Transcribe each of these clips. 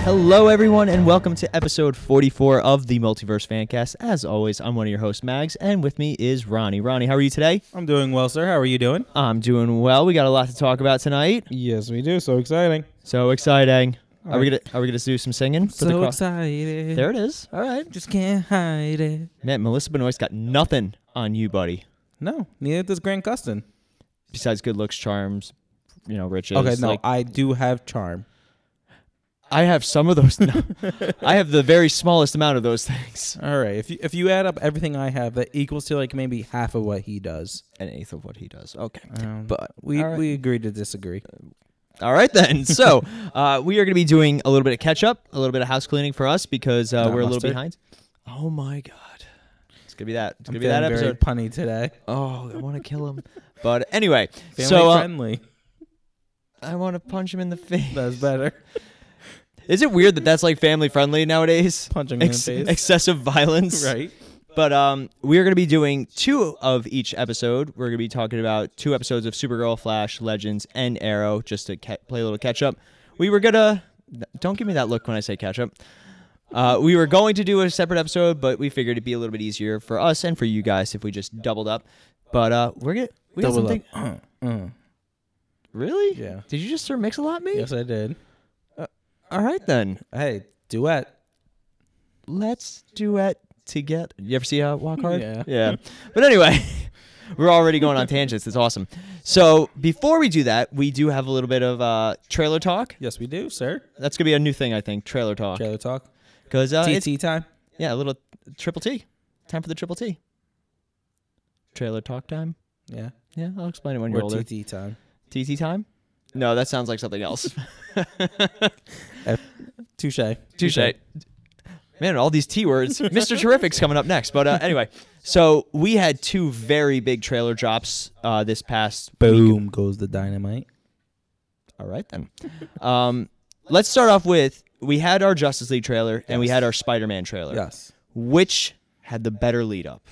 Hello, everyone, and welcome to episode 44 of the Multiverse Fancast. As always, I'm one of your hosts, Mags, and with me is Ronnie. Ronnie, how are you today? I'm doing well, sir. How are you doing? I'm doing well. We got a lot to talk about tonight. Yes, we do. So exciting. So exciting. Are we gonna Are we gonna do some singing? for the So cro- excited. There it is. All right. Just can't hide it. Man, Melissa Benoist got nothing on you, buddy. No, neither does Grant Gustin. Besides good looks, charms, you know, riches. Okay, no, Like, I do have charm. I have some of those. No, I have the very smallest amount of those things. All right, if you, if you add up everything I have, that equals to like maybe half of what he does. An eighth of what he does. Okay. Um, but we all right. we agree to disagree. All right then. So uh, we are going to be doing a little bit of catch up, a little bit of house cleaning for us because uh, Not we're a little mustard. behind. Oh my god, it's gonna be that. It's I'm gonna be that feeling very episode. punny today. Oh, I want to kill him. But anyway, Family so uh, friendly. I want to punch him in the face. That's better. Is it weird that that's like family friendly nowadays? Punching me in the Ex- face. Excessive violence. right. But um, we are going to be doing two of each episode. We're going to be talking about two episodes of Supergirl, Flash, Legends, and Arrow, just to ca- play a little catch up. We were gonna. Don't give me that look when I say catch up. Uh, we were going to do a separate episode, but we figured it'd be a little bit easier for us and for you guys if we just doubled up. But uh, we're gonna we got Double something. up. Mm. Really? Yeah. Did you just sir mix a lot me? Yes, I did. All right then. Hey, duet. let's duet together. You ever see uh, Walk Hard? Yeah. Yeah. But anyway, we're already going on tangents. It's awesome. So before we do that, we do have a little bit of uh, trailer talk. Yes, we do, sir. That's gonna be a new thing, I think. Trailer talk. Trailer talk. Because uh, it's- TT time. yeah, a little triple T. Time for the triple T. Trailer talk time. Yeah. Yeah, I'll explain it when Or you're older. TT time. TT time. No, that sounds like something else. Uh, Touche. Touche. Man, all these T words. Mr. Terrific's coming up next. But uh, anyway, so we had two very big trailer drops uh, this past week. Boom goes the dynamite. All right, then. Um, let's start off with we had our Justice League trailer and we Yes. had our Spider Man trailer. Yes. Which had the better lead up?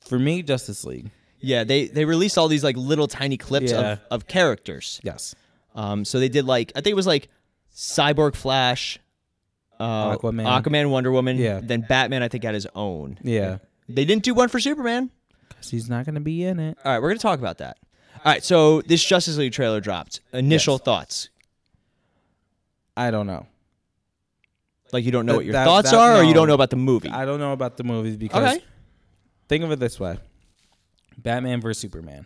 For me, Justice League. Yeah, they, they released all these like little tiny clips Yeah. of, of characters. Yes. Um, so they did like I think it was like Cyborg, Flash, uh, Aquaman. Aquaman, Wonder Woman. Yeah. Then Batman, I think had his own. Yeah. They didn't do one for Superman. Because he's not going to be in it. All right, we're gonna talk about that. All right, so this Justice League trailer dropped. Initial Yes. thoughts, I don't know. like you don't know That- what your that- thoughts that- are, or you no. don't know about the movie. I don't know about the movies because okay, think of it this way Batman versus Superman.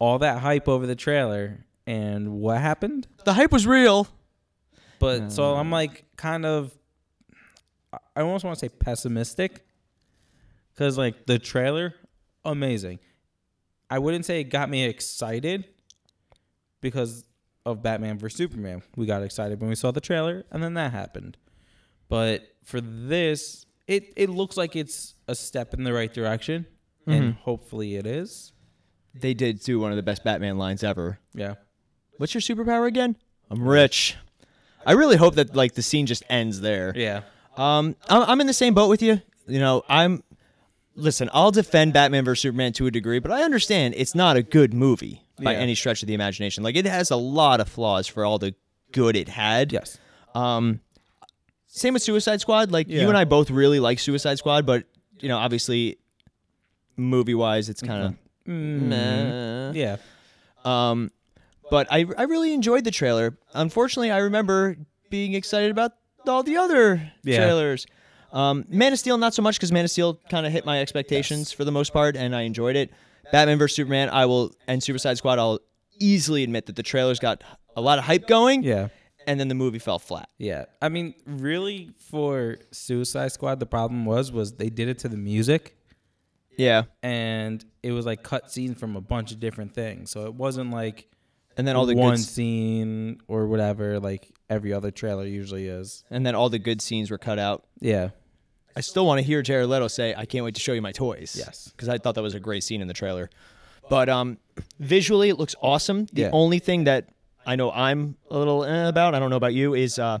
All that hype over the trailer and what happened? the hype was real. But so I'm like kind of, I- I almost want to say pessimistic, because like the trailer, amazing. I wouldn't say it got me excited, because of Batman vs Superman. We got excited when we saw the trailer, and then that happened. But for this, it it looks like it's a step in the right direction, and hopefully it is. They did do one of the best Batman lines ever. Yeah. What's your superpower again? I'm rich. I really hope that like the scene just ends there. Yeah. Um, I'm, I'm in the same boat with you. You know, I'm. Listen, I'll defend Batman vs Superman to a degree, but I understand it's not a good movie by Yeah. any stretch of the imagination. Like it has a lot of flaws for all the good it had. Yes. Um, same with Suicide Squad. Like Yeah. you and I both really like Suicide Squad, but you know, obviously, movie wise, Mm-hmm. it's Mm. kind of meh. Yeah. Um, but I I really enjoyed the trailer. Unfortunately, I remember being excited about all the other Yeah. trailers. Um, Man of Steel not so much because Man of Steel kind of hit my expectations for the most part, and I enjoyed it. Batman vs Superman, I will and Suicide Squad, I'll easily admit that the trailers got a lot of hype going, Yeah. and then the movie fell flat. Yeah, I mean, really, for Suicide Squad, the problem was was they did it to the music, Yeah. and it was like cut scenes from a bunch of different things. So it wasn't like and then all the one good, s- scene or whatever, like every other trailer usually is. and then all the good scenes were cut out. Yeah, I still want to hear Jared Leto say, "I can't wait to show you my toys." Yes. because I thought that was a great scene in the trailer. But um, visually, it looks awesome. The Yeah. only thing that I know I'm a little eh about, I don't know about you, is uh,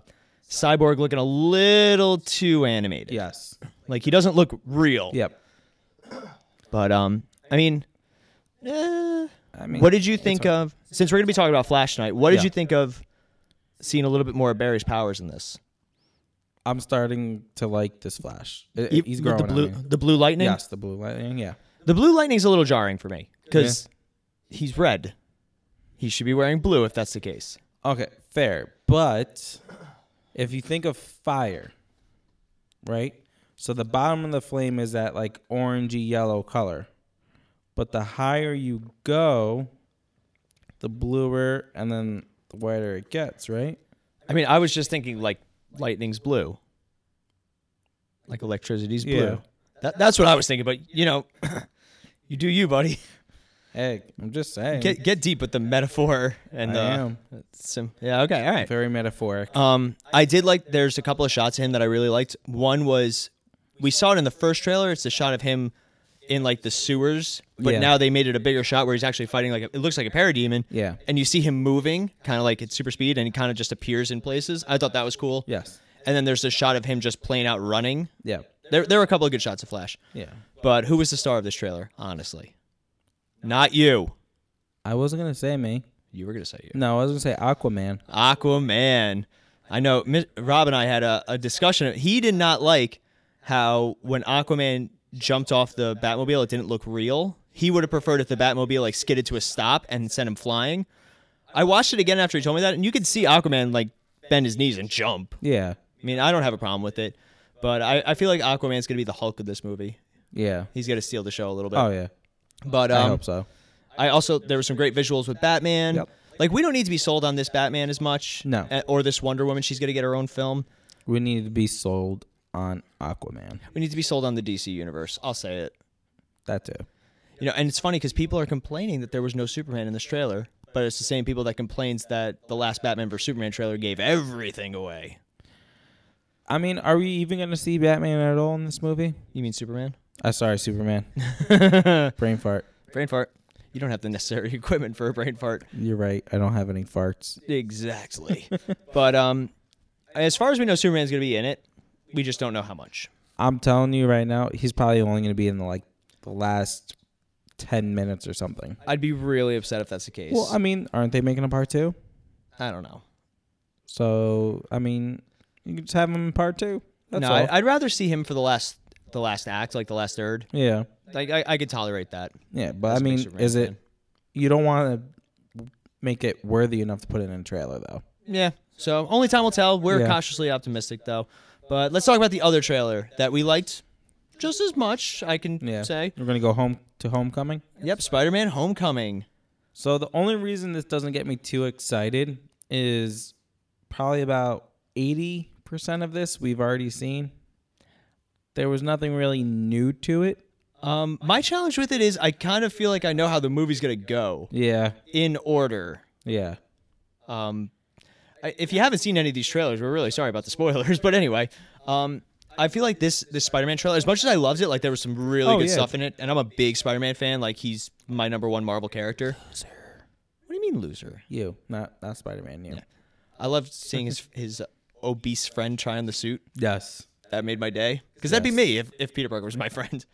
Cyborg looking a little too animated. yes, like he doesn't look real. yep. But um, I mean, eh, I mean, what did you think of? Since we're gonna be talking about Flash tonight, what did Yeah. you think of seen a little bit more of Barry's powers in this. I'm starting to like this Flash. I- I- You- He's with growing the blue, on me. the blue lightning. Yes, the blue lightning. Yeah, The blue lightning's a little jarring for me because he's red. He should be wearing blue if that's the case. Okay, fair. But if you think of fire, right? So the bottom of the flame is that like orangey yellow color. But the higher you go, the bluer and then the whiter it gets, right? I mean, I was just thinking like lightning's blue, like electricity's blue. Yeah. That, that's what I was thinking. But you know, you do you, buddy. Hey, I'm just saying. Get get deep with the metaphor I and the am. sim. Yeah. Okay. All right. Very metaphoric. Um, I did like. There's a couple of shots of him that I really liked. One was we saw it in the first trailer. It's the shot of him in like the sewers, but Yeah. now they made it a bigger shot where he's actually fighting like a, it looks like a parademon. Yeah. and you see him moving, kind of like at super speed, and he kind of just appears in places. I thought that was cool. Yes. And then there's a shot of him just plain out running. Yeah. There, there were a couple of good shots of Flash. Yeah. But who was the star of this trailer? Honestly, not you. I wasn't gonna say me. You were gonna say you. No, I was gonna say Aquaman. Aquaman. I know Mi- Rob and I had a, a discussion. He did not like how when Aquaman jumped off the Batmobile, it didn't look real. He would have preferred if the Batmobile like skidded to a stop and sent him flying. I watched it again after he told me that, and you could see Aquaman like bend his knees and jump. Yeah. I mean, I don't have a problem with it, but I, I feel like Aquaman's gonna be the Hulk of this movie. Yeah. He's gonna steal the show a little bit. Oh yeah. but I um, hope so. I also there were some great visuals with Batman. Yep. Like we don't need to be sold on this Batman as much. No. eh, Or this Wonder Woman. She's gonna get her own film. We need to be sold on Aquaman. We need to be sold on the DC universe. I'll say it. That too. You know, and it's funny because people are complaining that there was no Superman in this trailer, but it's the same people that complains that the last Batman vs Superman trailer gave everything away. I mean, are we even gonna see Batman at all in this movie? You mean Superman? I sorry, Superman. Brain fart. Brain fart. You don't have the necessary equipment for a brain fart. You're right. I don't have any farts. Exactly. but um, as far as we know, Superman's gonna be in it. We just don't know how much. I'm telling you right now, he's probably only gonna be in the, like the last ten minutes or something. I'd be really upset if that's the case. Well, I mean, aren't they making a part two? I don't know. So I mean, you can just have him in part two. That's no, all. I, I'd rather see him for the last the last act, like the last third. yeah, Like I, I could tolerate that. yeah. But That's I a big mean, Superman is it? fan. You don't want to make it worthy enough to put it in a trailer though. Yeah. So only time will tell. We're Yeah. cautiously optimistic though. But let's talk about the other trailer that we liked just as much. I can Yeah. say. We're gonna go home to Homecoming. Yep. Spider-Man: Homecoming. So the only reason this doesn't get me too excited is probably about 80% of this we've already seen. There was nothing really new to it. Um, my challenge with it is I kind of feel like I know how the movie's gonna go Yeah. in order. Yeah. Um, I- if you haven't seen any of these trailers, we're really sorry about the spoilers. But anyway, um, I feel like this this Spider-Man trailer, as much as I loved it, like there was some really Oh, good yeah. stuff in it, and I'm a big Spider-Man fan. Like he's my number one Marvel character. Loser. What do you mean loser? You, not not Spider-Man, you. I loved seeing his his obese friend try on the suit. Yes. That made my day because that'd be Yes. me if, if Peter Parker was my friend.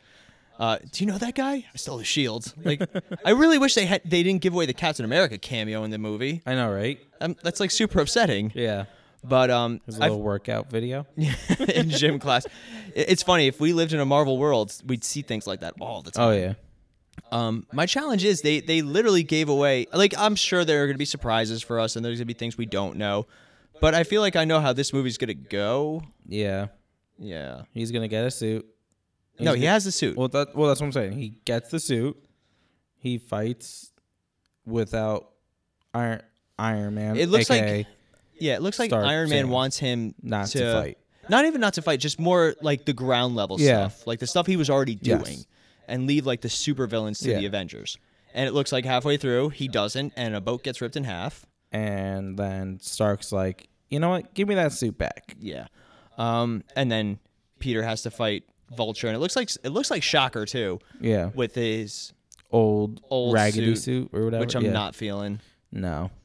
Uh, do you know that guy? I stole his shield. Like, I really wish they had they didn't give away the Captain America cameo in the movie. I know, right? Um, that's like super upsetting. Yeah. But um, His I little workout video. in gym class. It- It's funny if we lived in a Marvel world, we'd see things like that all the time. Oh yeah. Um, my challenge is they they literally gave away. Like I'm sure there are going to be surprises for us, and there's going to be things we don't know. But I feel like I know how this movie's going to go. Yeah. Yeah. He's going to get a suit. No, He's he has the suit. Well, that well, that's what I'm saying. He gets the suit. He fights without Iron Iron Man. It looks like- aka Yeah, it looks like Stark Iron Man Thanos. wants him not to, fight. Not even not to fight, just more like the ground level Yeah. stuff, like the stuff he was already Yes. doing, and leave like the supervillains to Yeah. the Avengers. And it looks like halfway through he doesn't, and a boat gets ripped in half. And then Stark's like, you know what? Give me that suit back. Yeah. Um, and then Peter has to fight Vulture, and it looks like it looks like Shocker too, Yeah. with his Old, Old raggedy suit, suit, or whatever. which I'm Yeah. not feeling. No.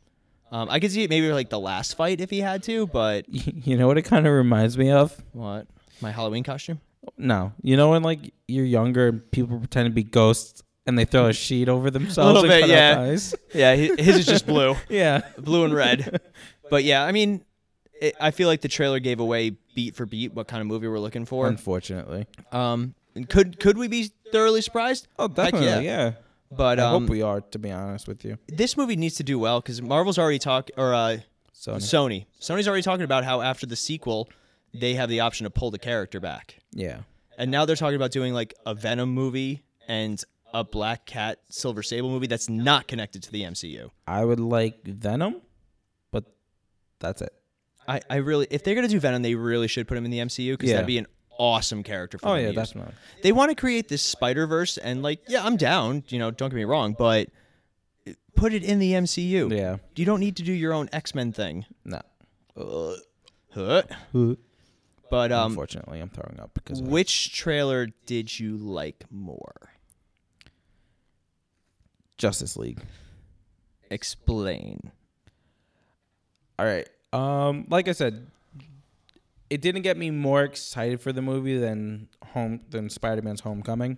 Um, I could see it maybe like the last fight if he had to, but You know what it kind of reminds me of? what my Halloween costume? No. You know when like you're younger and people pretend to be ghosts and they throw a sheet over themselves Little and bit, cut out yeah. eyes? Yeah, his is just blue, Yeah. blue and red. But yeah, I mean, it, I feel like the trailer gave away beat for beat what kind of movie we're looking for. Unfortunately. Um, and could could we be thoroughly surprised? Oh, Heck definitely. Yeah. But I um, hope we are, to be honest with you. this movie needs to do well because Marvel's already talk or uh, So Sony. Sony's already talking about how after the sequel, they have the option to pull the character back, yeah, and now they're talking about doing like a Venom movie and a Black Cat Silver Sable movie that's not connected to the MCU. I would like Venom, but that's it. I, I really, if they're gonna do Venom, they really should put him in the MCU because Yeah. that'd be an awesome character for Oh them yeah, to use. definitely. They want to create this Spider Verse, and like, yeah, I'm down. You know, don't get me wrong, but put it in the MCU. Yeah. You don't need to do your own X Men thing. No. Um, Huh. But um, Unfortunately, I'm throwing up because of it. which trailer did you like more? Justice League. Explain. All right. Um, like I said, it didn't get me more excited for the movie than home than Spider Man's Homecoming,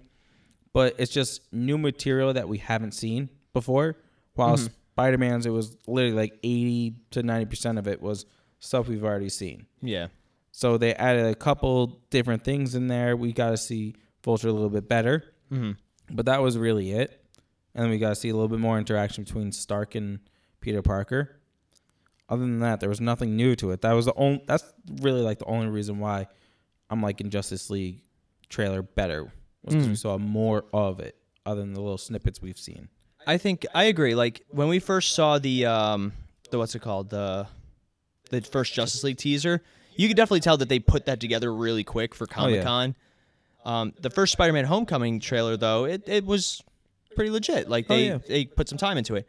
but it's just new material that we haven't seen before. While Spider Man's, it was literally like eighty to ninety percent of it was stuff we've already seen. Yeah. So they added a couple different things in there. We got to see Vulture a little bit better, but that was really it. And then we got to see a little bit more interaction between Stark and Peter Parker. Other than that, there was nothing new to it. That was the only. That's really like the only reason why I'm liking Justice League trailer better was 'cause we saw more of it, other than the little snippets we've seen. I think I agree. Like when we first saw the um the what's it called the the first Justice League teaser, you could definitely tell that they put that together really quick for Oh, yeah. Comic Con. Um, the first Spider-Man Homecoming trailer though, it, it was pretty legit. Like Oh, they yeah. they put some time into it.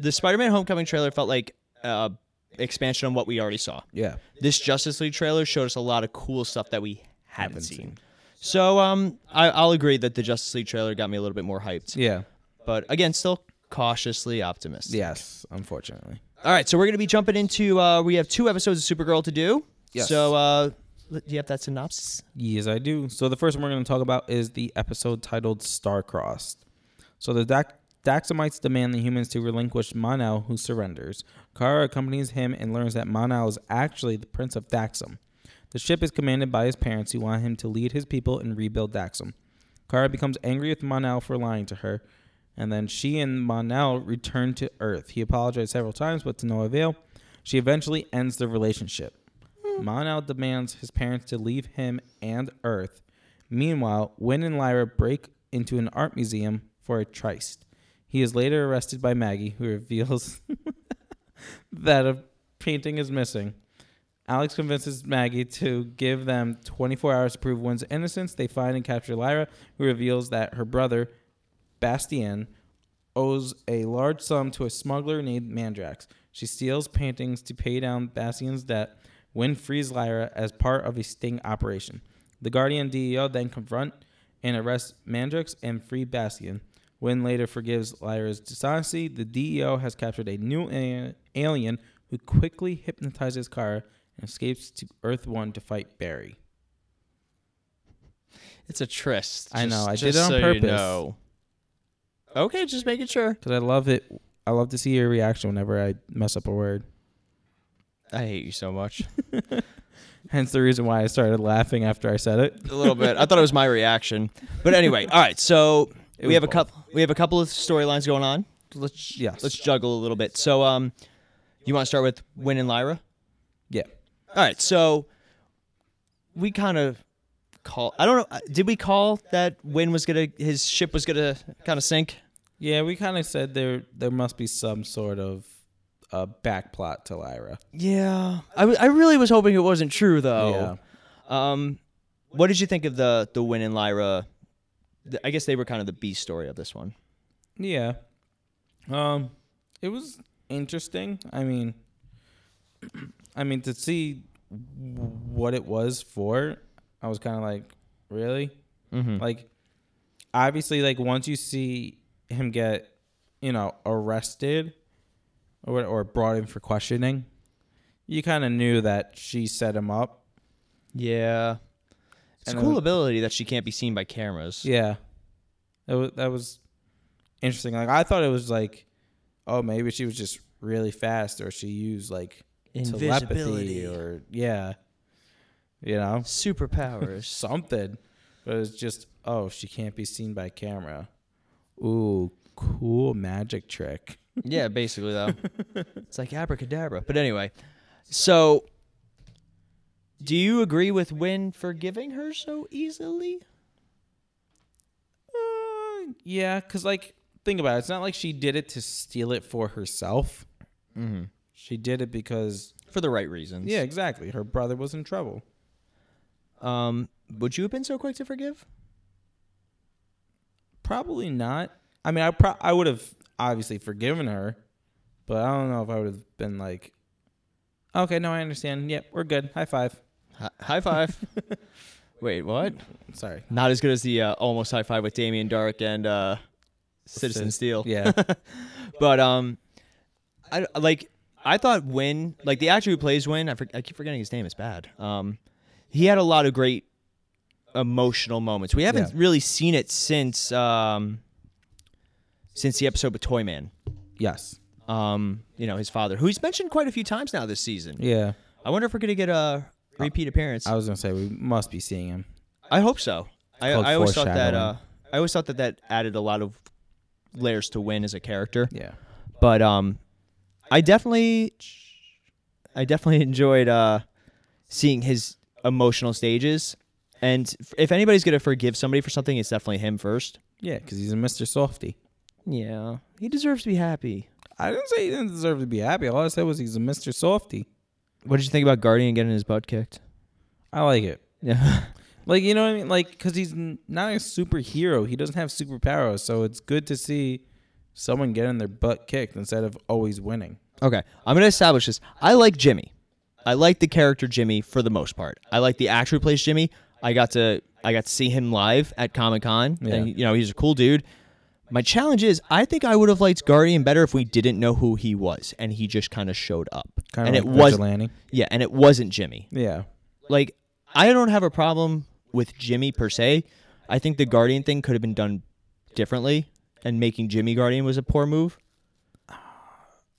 The Spider-Man Homecoming trailer felt like uh expansion on what we already saw. Yeah, This Justice League trailer showed us a lot of cool stuff that we haven't Haven't seen. seen. So um, I, I'll agree that the Justice League trailer got me a little bit more hyped yeah, but again, still cautiously optimistic. yes. Unfortunately, All right, so we're gonna be jumping into. Uh, we have two episodes of Supergirl to do. Yes. So uh, l- do you have that synopsis? Yes, I do. So the first one we're going to talk about is the episode titled Starcrossed. So the Dax- Daxamites demand the humans to relinquish Monal, who surrenders. Kara accompanies him and learns that Monal is actually the Prince of Daxam. The ship is commanded by his parents, who want him to lead his people and rebuild Daxam. Kara becomes angry with Monal for lying to her, and then she and Monal return to Earth. He apologized several times, but to no avail. She eventually ends the relationship. Monal demands his parents to leave him and Earth. Meanwhile, Win and Lyra break into an art museum for a tryst. He is later arrested by Maggie, who reveals that a painting is missing. Alex convinces Maggie to give them 24 hours to prove Win's innocence. They find and capture Lyra, who reveals that her brother, Bastien, owes a large sum to a smuggler named Mandrax. She steals paintings to pay down Bastien's debt. Win frees Lyra as part of a sting operation. The Guardian DEO then confront and arrest Mandrax and free Bastien. Win later forgives Lyra's dishonesty. The DEO has captured a new a- alien who quickly hypnotizes Kara and escapes to Earth One to fight Barry. It's a tryst. I know, I did it on purpose. Okay, just making sure. Cause I love it. I love to see your reaction whenever I mess up a word. I hate you so much. Hence the reason why I started laughing after I said it. a little bit. I thought it was my reaction, but anyway. All right, so It we was have a both. couple. We have a couple of storylines going on. Let's Yes. let's juggle a little bit. So um, you want to start with Win and Lyra? Yeah. All right, so we kind of call. I don't know. uh, Did we call that Win was gonna his ship was gonna kind of sink? Yeah, we kind of said there there must be some sort of uh, back plot to Lyra. Yeah, I, w- I really was hoping it wasn't true Yeah. though. Um, what did you think of the the Win and Lyra? the- I guess they were kind of the B story of this one. Yeah. Um, it was interesting. I mean, I mean to see what it was for, I was kind of like, really? Mm-hmm. Like, obviously, like once you see him get, you know, arrested or what- or brought in for questioning, you kind of knew that she set him up. Yeah, it's And a cool then- ability that she can't be seen by cameras. Yeah, that was that was interesting. Like I thought it was like, oh, maybe she was just really fast, or she used like Invisibility. telepathy or yeah, you know Superpowers. something. But it's just oh, she can't be seen by camera. Ooh, cool magic trick. yeah, basically though. it's like abracadabra. But anyway, so do you agree with Win forgiving her so easily? Uh, yeah, because like think about it. It's not like she did it to steal it for herself. Mm-hmm. She did it because For the right reasons. yeah, exactly. Her brother was in trouble. Um, would you have been so quick to forgive? Probably not. I mean, I pro- I would have obviously forgiven her, but I don't know if I would have been like, okay, no, I understand. Yep, we're good. High five. Hi- high five. Wait, what? Sorry. Not as good as the uh, almost high five with Damien Dark and uh, Citizen Cit- Steel. Yeah. But um, I like I thought Win like the actor who plays Win I, for, I keep forgetting his name. It's bad. Um, he had a lot of great emotional moments. We haven't Yeah. really seen it since um, since the episode with Toyman. yes. Um, you know his father, who he's mentioned quite a few times now this season. Yeah. Uh, I wonder if we're gonna get a repeat appearance. I was gonna say we must be seeing him. I hope so. I, called I always thought that. Uh, foreshadowing. I always thought that that added a lot of layers to Win as a character. Yeah. But um, I definitely, I definitely enjoyed uh, seeing his emotional stages. And f- if anybody's gonna forgive somebody for something, it's definitely him first. Yeah, because he's a Mr. Softy. Yeah, he deserves to be happy. I didn't say he didn't deserve to be happy. All I said was he's a Mr. Softy. What did you think about Guardian getting his butt kicked? I like it. Yeah, Like you know what I mean? Like because he's n- not a superhero. He doesn't have superpowers, so it's good to see someone getting their butt kicked instead of always winning. Okay, I'm gonna establish this. I like Jimmy. I like the character Jimmy for the most part. I like the actor who plays Jimmy. I got to I got to see him live at Comic Con, Yeah. and you know he's a cool dude. My challenge is, I think I would have liked Guardian better if we didn't know who he was and he just kind of showed up. Kind of and like it was vigilante. yeah, and it wasn't Jimmy. Yeah. Like I don't have a problem with Jimmy per se. I think the Guardian thing could have been done differently, and making Jimmy Guardian was a poor move.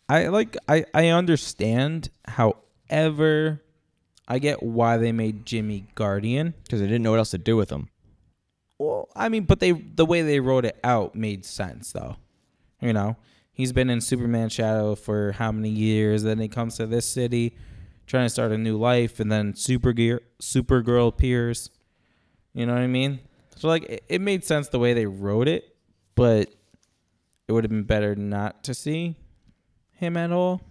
I like I I understand. However, I get why they made Jimmy Guardian. Because I didn't know what else to do with him. Well, I mean, but they the way they wrote it out made sense though. You know, he's been in Superman Shadow for how many years? Then he comes to this city, trying to start a new life, and then Supergear Supergirl appears. You know what I mean? So like, it, it made sense the way they wrote it, but it would have been better not to see him at all.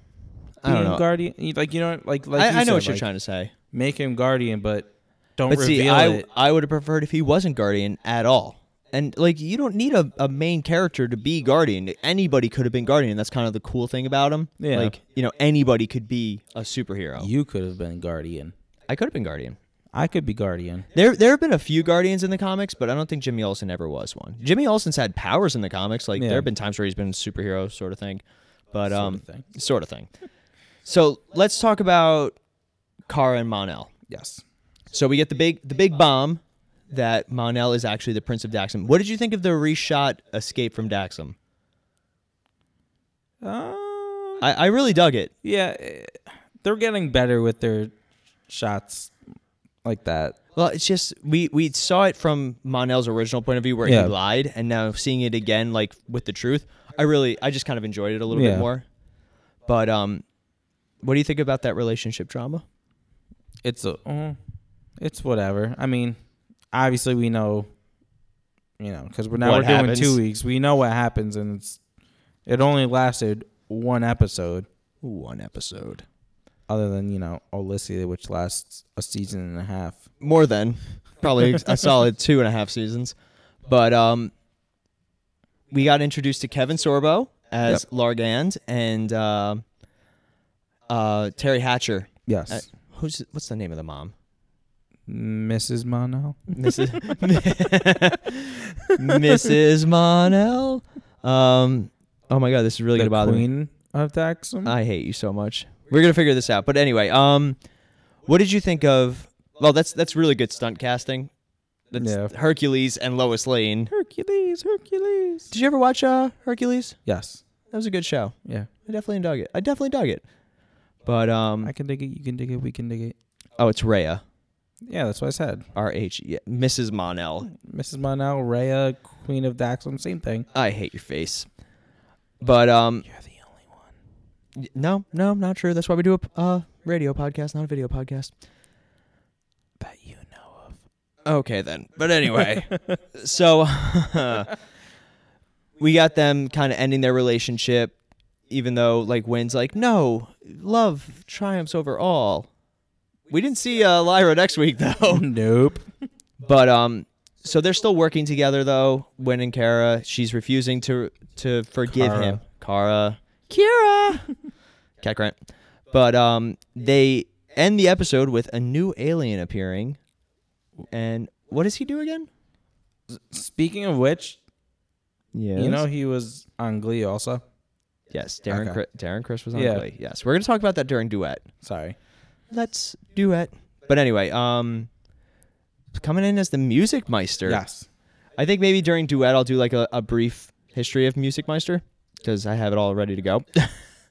I don't being know. Guardian, You- like you know, like like I, I you know said, what you're like, trying to say. Make him Guardian, but don't But reveal see, I it. I would have preferred if he wasn't Guardian at all. And like you don't need a, a main character to be Guardian. Anybody could have been Guardian. That's kind of the cool thing about him. Yeah. Like, you know, anybody could be a superhero. You could have been Guardian. I could have been Guardian. I could be Guardian. There there have been a few Guardians in the comics, but I don't think Jimmy Olsen ever was one. Jimmy Olsen's had powers in the comics. Like Yeah. there have been times where he's been a superhero sort of thing. But um of thing. sort of thing. So let's talk about Kara and Monel. Yes. So we get the big the big bomb that Monel is actually the Prince of Daxam. What did you think of the reshot escape from Daxam? Uh, I, I really dug it. yeah, eh, they're getting better with their shots like that. Well, it's just we we saw it from Monel's original point of view where Yeah. he lied, and now seeing it again like with the truth, I really I just kind of enjoyed it a little Yeah. bit more. But um, what do you think about that relationship drama? It's a, oh, it's whatever. I mean, obviously we know, you know, because we're now What we're happens. doing two weeks. We know what happens, and it's it only lasted one episode, One episode, other than you know Olysia, which lasts a season and a half. more than probably a solid two and a half seasons. But um, we got introduced to Kevin Sorbo as Largand and uh, uh, Terry Hatcher. Yes, Uh, who's what's the name of the mom? Mrs. Mono. Mrs. Mrs. Monell. Um, oh my God, this is really gonna the bother me. queen of Daxum. I hate you so much. We're gonna figure this out. But anyway, um, what did you think of? Well, that's that's really good stunt casting. That's Yeah. Hercules and Lois Lane. Hercules, Hercules. Did you ever watch uh, Hercules? Yes. That was a good show. Yeah. I definitely dug it. I definitely dug it. But um, I can dig it. You can dig it. We can dig it. oh, it's Rhea, Yeah, that's what I said. R H, E, yeah, Mrs. Monell. Mrs. Monell, Rhea, Queen of Daxam, same thing. I hate your face. But um, You're the only one. y- no, no, not true. That's why we do a p- uh, radio podcast, not a video podcast. that you know of. Okay then. But anyway, so we got them kind of ending their relationship, even though like Wynn's like, no, love triumphs over all. We didn't see uh, Lyra next week though. Oh, nope. But um, so they're still working together though. Win and Kara. She's refusing to to forgive Kara. him. Kara. Kira. Cat grunt. But um, they end the episode with a new alien appearing. And what does he do again? Speaking of which, Yeah. you know he was on Glee also. Yes, Darren. Okay. Chris, Darren Chris was on Yeah. Glee. Yes, we're gonna talk about that during duet. Sorry. Let's duet. But anyway, um, coming in as the music meister. Yes. I think maybe during duet I'll do like a, a brief history of Music Meister because I have it all ready to go.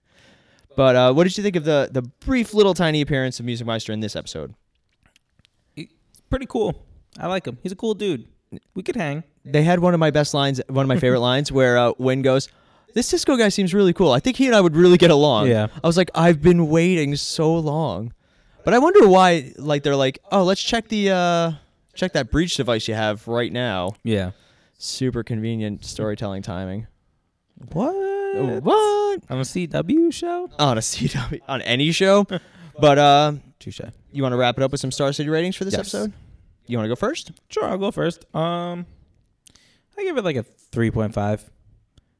but uh, what did you think of the the brief little tiny appearance of Music Meister in this episode? He's pretty cool. I like him. He's a cool dude. We could hang. They had one of my best lines, one of my favorite lines, where uh, Wynn goes, "This Cisco guy seems really cool. I think he and I would really get along." Yeah. I was like, "I've been waiting so long," but I wonder why. Like they're like, "Oh, let's check the uh, check that breach device you have right now." Yeah. Super convenient storytelling timing. What? What? On a CW show? on a CW on any show. But uh, Touche. you want to wrap it up with some Star City ratings for this Yes. episode? You want to go first? Sure, I'll go first. Um, I give it like a three point five.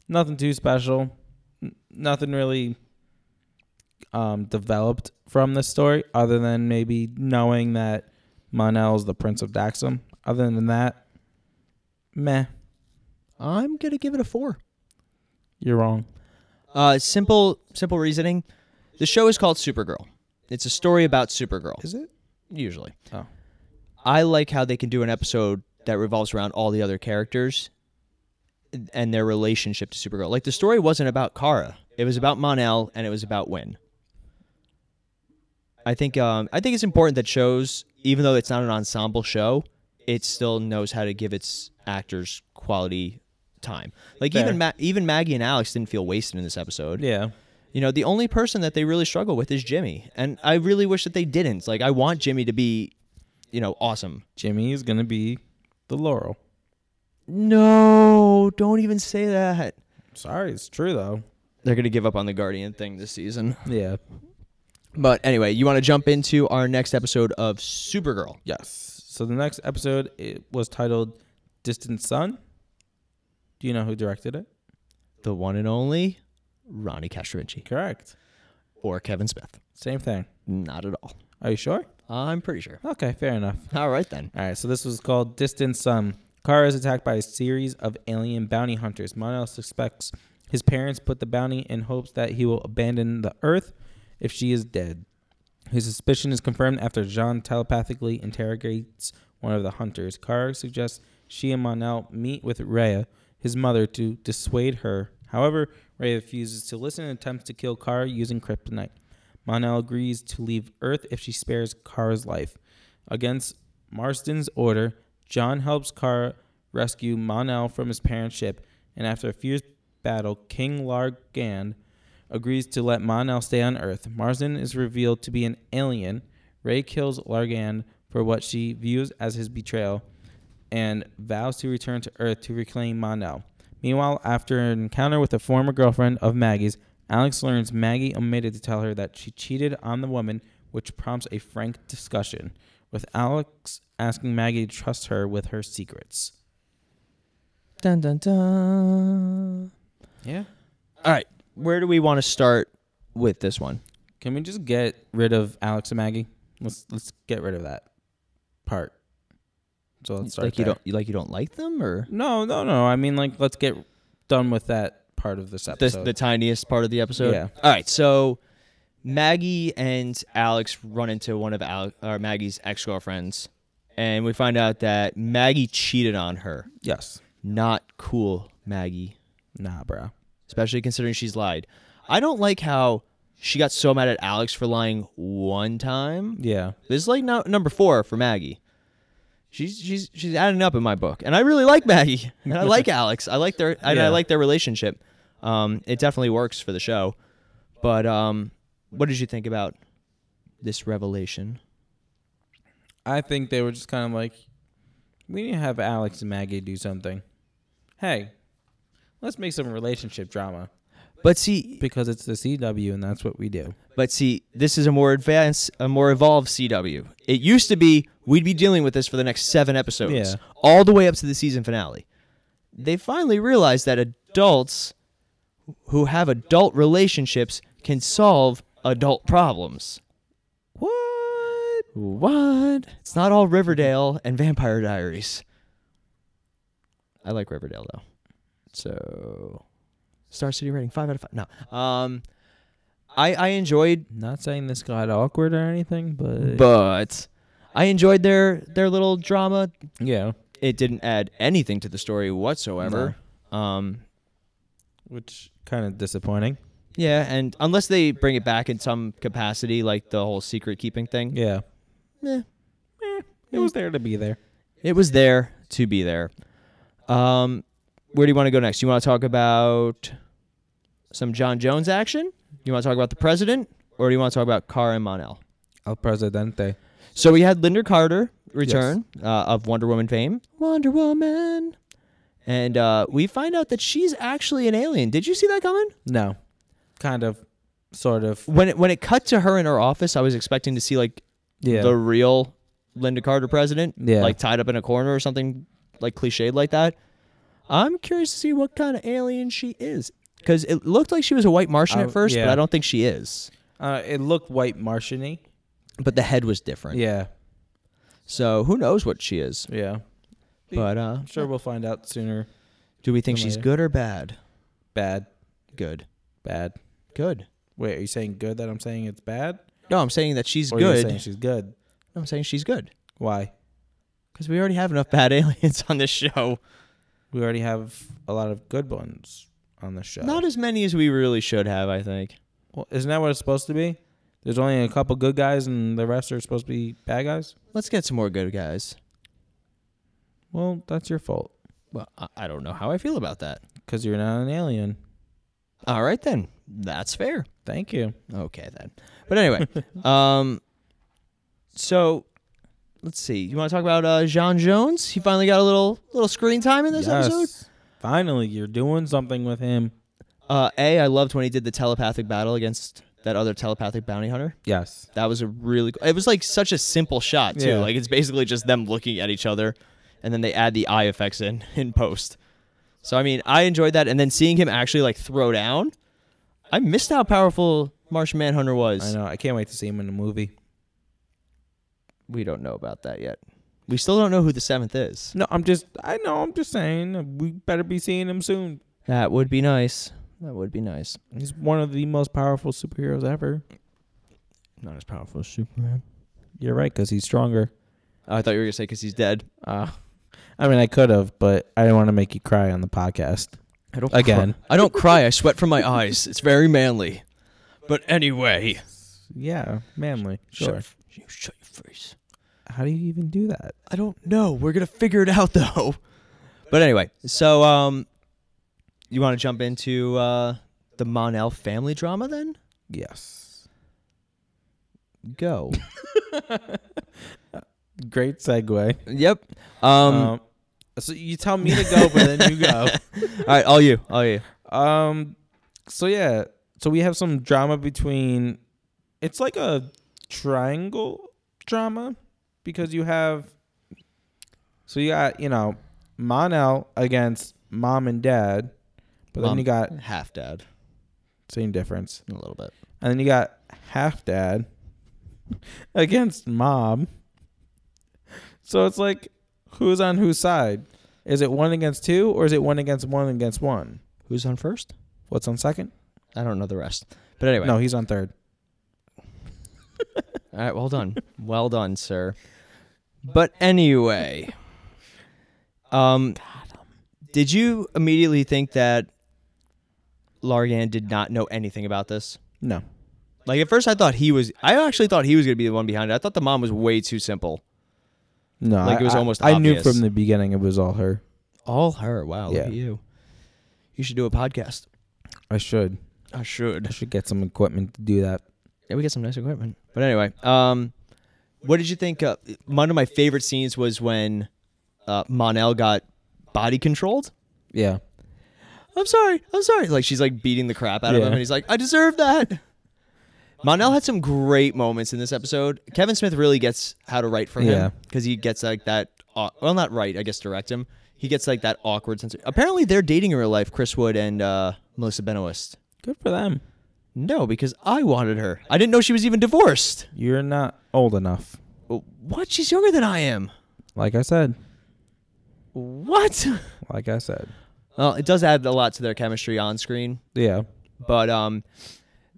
Nothing too special. N- nothing really um developed from this story, other than maybe knowing that Monel is the Prince of Daxam. Other than that, meh. I'm gonna give it a four. You're wrong. Uh, simple, simple reasoning. The show is called Supergirl. It's a story about Supergirl. Is it? Usually, Oh, I like how they can do an episode that revolves around all the other characters and their relationship to Supergirl. Like the story wasn't about Kara; it was about Monel and it was about Win. I think um, I think it's important that shows, even though it's not an ensemble show, it still knows how to give its actors quality time. Like Fair. even Ma- even Maggie and Alex didn't feel wasted in this episode. yeah. You know, the only person that they really struggle with is Jimmy, and I really wish that they didn't. Like I want Jimmy to be, you know, awesome. Jimmy is gonna be the Laurel. No, don't even say that. Sorry, it's true though. They're going to give up on the Guardian thing this season. Yeah. But anyway, you want to jump into our next episode of Supergirl. Yes. So the next episode it was titled "Distant Sun." Do you know who directed it? The one and only Ronnie Castrovinci Correct. or Kevin Smith. Same thing. Not at all. Are you sure? I'm pretty sure. Okay, fair enough. All right then. All right, so this was called Distant Sun. Kara is attacked by a series of alien bounty hunters. Monel suspects his parents put the bounty in hopes that he will abandon the Earth if she is dead. His suspicion is confirmed after Jean telepathically interrogates one of the hunters. Kara suggests she and Monel meet with Rhea, his mother, to dissuade her. However, Rhea refuses to listen and attempts to kill Kara using kryptonite. Monel agrees to leave Earth if she spares Kara's life. Against Marston's order, John helps Kara rescue Monel from his parents' ship, and after a fierce battle, King Largan agrees to let Monel stay on Earth. Marston is revealed to be an alien. Ray kills Largan for what she views as his betrayal and vows to return to Earth to reclaim Monel. Meanwhile, after an encounter with a former girlfriend of Maggie's, Alex learns Maggie omitted to tell her that she cheated on the woman, which prompts a frank discussion, with Alex asking Maggie to trust her with her secrets. Dun dun dun. Yeah. All right. Where do we want to start with this one? Can we just get rid of Alex and Maggie? Let's let's get rid of that part. So let's start. like you there. don't you like you don't like them or No, no, no. I mean, like, let's get done with that part of this the, episode. the tiniest part of the episode. Yeah. All right. So Maggie and Alex run into one of Al- or Maggie's ex girlfriends, and we find out that Maggie cheated on her. yes. Not cool, Maggie. Nah, bro. Especially considering she's lied. I don't like how she got so mad at Alex for lying one time. Yeah. This is like no, number four for Maggie. She's she's she's adding up in my book, and I really like Maggie, and I like Alex. I like their and I Yeah. like their relationship. Um, it definitely works for the show. But um, what did you think about this revelation? I think they were just kind of like, we need to have Alex and Maggie do something. Hey, let's make some relationship drama But see, because it's the CW and that's what we do. But see, this is a more advanced, a more evolved CW. It used to be we'd be dealing with this for the next seven episodes, Yeah. all the way up to the season finale. They finally realized that adults who have adult relationships can solve adult problems. What? What? It's not all Riverdale and Vampire Diaries. I like Riverdale though. So, Star City rating five out of five. No, um, I I enjoyed Not saying this got awkward or anything, but, but I enjoyed their their little drama. yeah, It didn't add anything to the story whatsoever. Um, which kind of disappointing. yeah, and unless they bring it back in some capacity, like the whole secret keeping thing, Yeah, eh, it was there to be there. it was there to be there. Um, where do you want to go next? You want to talk about some John Jones action? You want to talk about the president, or do you want to talk about Carr and Monel? El Presidente. So we had Linda Carter return uh, of Wonder Woman fame. Wonder Woman. And uh, we find out that she's actually an alien. Did you see that coming? No, kind of, sort of. When it, when it cut to her in her office, I was expecting to see like Yeah, the real Linda Carter president, Yeah. like tied up in a corner or something like cliched like that. I'm curious to see what kind of alien she is because it looked like she was a white Martian Oh, at first, but yeah. I don't think she is. uh, it looked white Martian-y. But the head was different, Yeah, so who knows what she is? yeah. But uh, I'm sure we'll find out sooner. do we think Then she's later. good or bad? Bad, Good, bad. good. Wait, are you saying good that I'm saying it's bad? No, I'm saying that she's Or you're good. saying she's good. No, I'm saying she's good Why? because we already have enough bad aliens on this show. We already have a lot of good ones on the show. Not as many as we really should have, I think. well, isn't that what it's supposed to be? There's only a couple good guys, and the rest are supposed to be bad guys. Let's get some more good guys. Well, that's your fault Well, I, I don't know how I feel about that. because you're not an alien. All right then, that's fair. Thank you. Okay then. But anyway, um, so let's see. You want to talk about uh, John Jones? He finally got a little little screen time in this episode. Finally, you're doing something with him. Uh, a, I loved when he did the telepathic battle against that other telepathic bounty hunter. Yes. That was a really cool. It was like such a simple shot too. Yeah. Like it's basically just them looking at each other, and then they add the eye effects in in post. So I mean, I enjoyed that, and then seeing him actually like throw down. I missed how powerful Martian Manhunter I was. know. I can't wait to see him in the movie. We don't know about that yet. We still don't know who the seventh is. No, I'm just. I know. I'm just saying. We better be seeing him soon. That would be nice. That would be nice. He's one of the most powerful superheroes ever. Not as powerful as Superman. You're right, because he's stronger. Oh, I thought you were gonna say because he's dead. Uh, I mean, I could have, but I didn't want to make you cry on the podcast. I don't Again. cry- I don't cry. I sweat from my eyes. It's very manly. But anyway, Yeah, manly. Sure. shut, you shut your face. How do you even do that? I don't know. We're gonna figure it out though. But anyway, so um, you want to jump into uh, the Monel family drama then? Yes. Go. Great segue. yep. Um, Um, so you tell me to go, but then you go. All right, all you, all you. Um, so yeah, so we have some drama between. It's like a triangle drama because you have. So you got you know, Monel against mom and dad, but Mom- then you got Uh, half dad same difference. a little bit. And then you got half dad against mom. So it's like who's on whose side? Is it one against two or is it one against one against one? Who's on first? What's on second? I don't know the rest. But anyway, No, he's on third. all right. Well done, well done, sir. But anyway, um, did you immediately think that Largan did not know anything about this? No. Like at first, I thought he was. I actually thought he was gonna be the one behind it. I thought the mom was way too simple. No, Like, I- it was I- almost I knew obvious. from the beginning it was all her. All her. Wow. Yeah. Look at you. You should do a podcast. I should. I I should. should get some equipment to do that. Yeah, we got some nice equipment. But anyway, um, what did you think? Uh, one of my favorite scenes was when uh, Monel got body controlled. Yeah. I'm sorry. I'm sorry. Like she's like beating the crap out of Yeah. him, and he's like, I deserve that. Monel had some great moments in this episode. Kevin Smith really gets how to write for Yeah. him because he gets like that. au- Well, not write, I guess direct him. He gets like that awkward sense. Apparently, they're dating in real life, Chris Wood and uh, Melissa Benoist. Good for them. No, because I wanted her. I didn't know she was even divorced. You're not old enough. Oh, What? She's younger than I am. Like I said. What? Like I said. Well, it does add a lot to their chemistry on screen. Yeah. But um,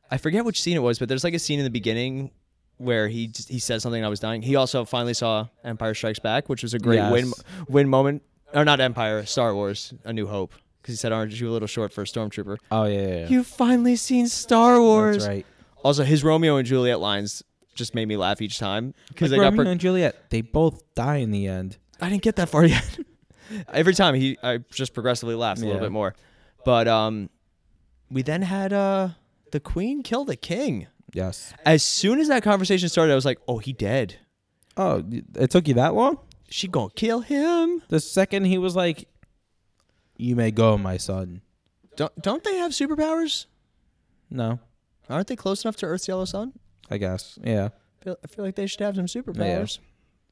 I forget which scene it was, but there's like a scene in the beginning where he just, he says something. And I was dying. He also finally saw Empire Strikes Back, which was a great win Yes. win moment. Or not Empire, Star Wars: A New Hope, because he said, "Aren't you a little short for a stormtrooper?" Oh yeah. yeah, yeah. You've finally seen Star Wars. That's right. Also, his Romeo and Juliet lines just made me laugh each time because Like I got Romeo per- and Juliet, they both die in the end. I didn't get that far yet. Every time he, I just progressively laughed a Yeah. little bit more. But um, we then had uh, the Queen kill the King. Yes. As soon as that conversation started, I was like, "Oh, he dead. Oh, it took you that long? She gonna kill him." The second he was like, "You may go, my son." Don't don't they have superpowers? No, Aren't they close enough to Earth's yellow sun? I guess. Yeah. I feel, I feel like they should have some superpowers.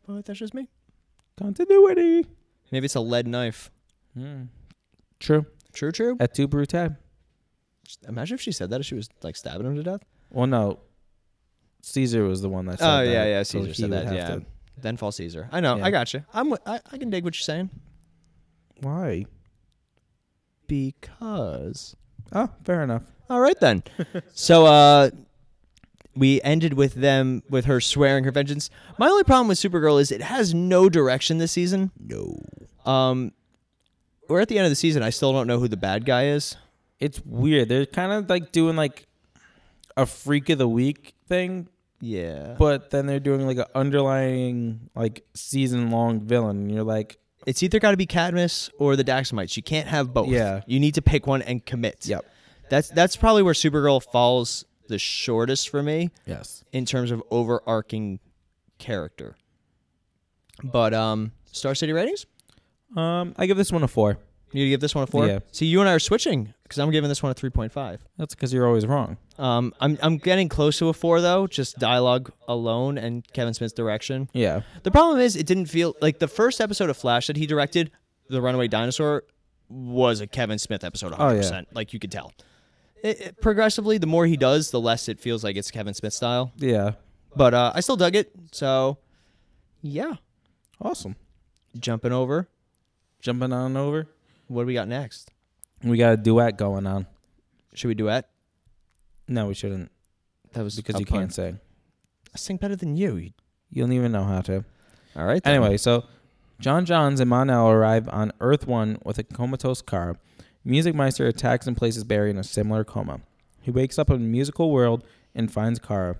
But that's just me. Continuity. Maybe it's a lead knife. True. True, true. At two brute. Imagine if she said that if she was like stabbing him to death. Well, no. Caesar was the one that. said Oh that, yeah, yeah. so Caesar he said would that. have Yeah. to- Then fall Caesar. I know. Yeah. I got you. I'm. wi- I, I can dig what you're saying. Why? Because. Oh, fair enough. All right then. so uh we ended with them with her swearing her vengeance. My only problem with Supergirl is it has no direction this season. No. Um we're at the end of the season. I still don't know who the bad guy is. It's weird. They're kind of like doing like a freak of the week thing, Yeah. But but then they're doing like an underlying like season long villain. And you're like, it's either got to be Cadmus or the Daxamites. You can't have both. Yeah. You need to pick one and commit. Yep. That's that's probably where Supergirl falls the shortest for me. yes, in terms of overarching character. But um Star City ratings? Um, I give this one a four. You give this one a four. Yeah. See, you and I are switching because I'm giving this one a three point five. That's because you're always wrong. Um, I'm I'm getting close to a four though, just dialogue alone and Kevin Smith's direction. Yeah. The problem is it didn't feel like the first episode of Flash that he directed, The Runaway Dinosaur, was a Kevin Smith episode 100%. Oh, yeah. Like you could tell. It, it- progressively, the more he does, the less it feels like it's Kevin Smith style. Yeah. But uh, I still dug it. So, yeah. Awesome. jumping over. Jumping on over. What do we got next? We got a duet going on. Should we duet? No, we shouldn't That was because a you pun. can't sing. I sing better than you. You- You don't even know how to. All right. then. Anyway, so John Johns and Monel arrive on Earth One with a comatose car. Music Meister attacks and places Barry in a similar coma. He wakes up in a musical world and finds Kara.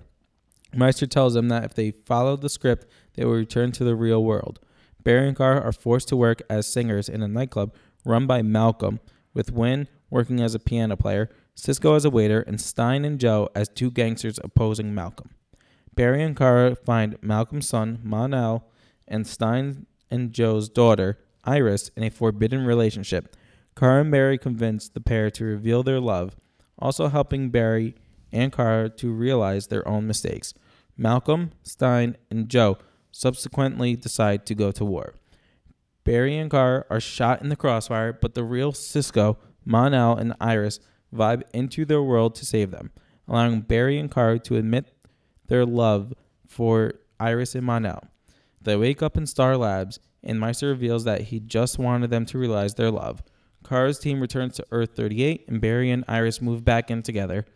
Meister tells them that if they follow the script, they will return to the real world. Barry and Kara are forced to work as singers in a nightclub run by Malcolm, with Wynn working as a piano player, Cisco as a waiter, and Stein and Joe as two gangsters opposing Malcolm. Barry and Kara find Malcolm's son, Monel, and Stein and Joe's daughter, Iris, in a forbidden relationship. Kara and Barry convince the pair to reveal their love, also helping Barry and Kara to realize their own mistakes. Malcolm, Stein, and Joe subsequently decide to go to war. Barry and Kara are shot in the crossfire, but the real Cisco, Monel, and Iris vibe into their world to save them, allowing Barry and Kara to admit their love for Iris and Monel. They wake up in Star Labs, and Meister reveals that he just wanted them to realize their love. Kara's team returns to Earth 38, and Barry and Iris move back in together.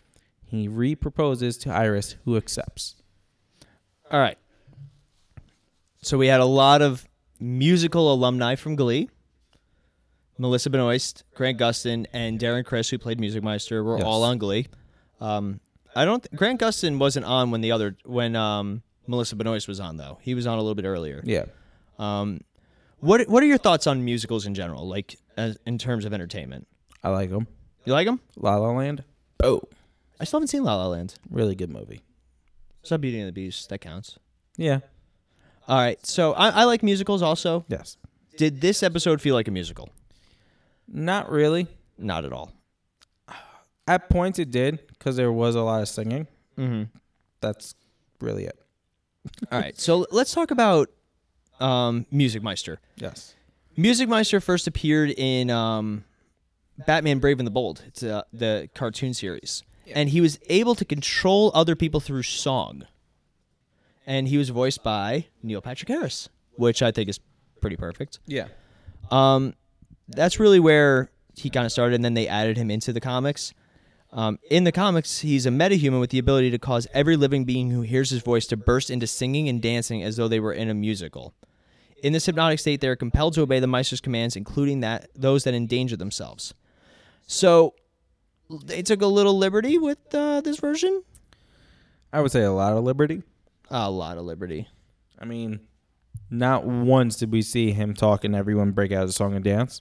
He re proposes to Iris, who accepts. All right. So we had a lot of musical alumni from Glee. Melissa Benoist, Grant Gustin, and Darren Chris, who played Music Meister, were Yes. all on Glee. Um, I don't. Th- Grant Gustin wasn't on when the other when um, Melissa Benoist was on though. He was on a little bit earlier. Yeah. Um, what What are your thoughts on musicals in general, like as, in terms of entertainment? I like them. You like them? La La Land. Oh, I still haven't seen La La Land. really good movie. It's not Beauty and the Beast. That counts. Yeah. All right. So I, I like musicals also. Yes. Did this episode feel like a musical? Not really. Not at all. At points it did because there was a lot of singing. Mm-hmm. That's really it. All right. So let's talk about um, Music Meister. Yes. Music Meister first appeared in um, Batman Brave and the Bold. It's uh, the cartoon series. And he was able to control other people through song. And he was voiced by Neil Patrick Harris, which I think is pretty perfect. Yeah. Um, that's really where he kind of started, and then they added him into the comics. Um, in the comics, he's a metahuman with the ability to cause every living being who hears his voice to burst into singing and dancing as though they were in a musical. In this hypnotic state, they are compelled to obey the Meister's commands, including that those that endanger themselves. So they took a little liberty with uh, this version. I would say a lot of liberty. A lot of liberty. I mean, not once did we see him talk and everyone break out a song and dance.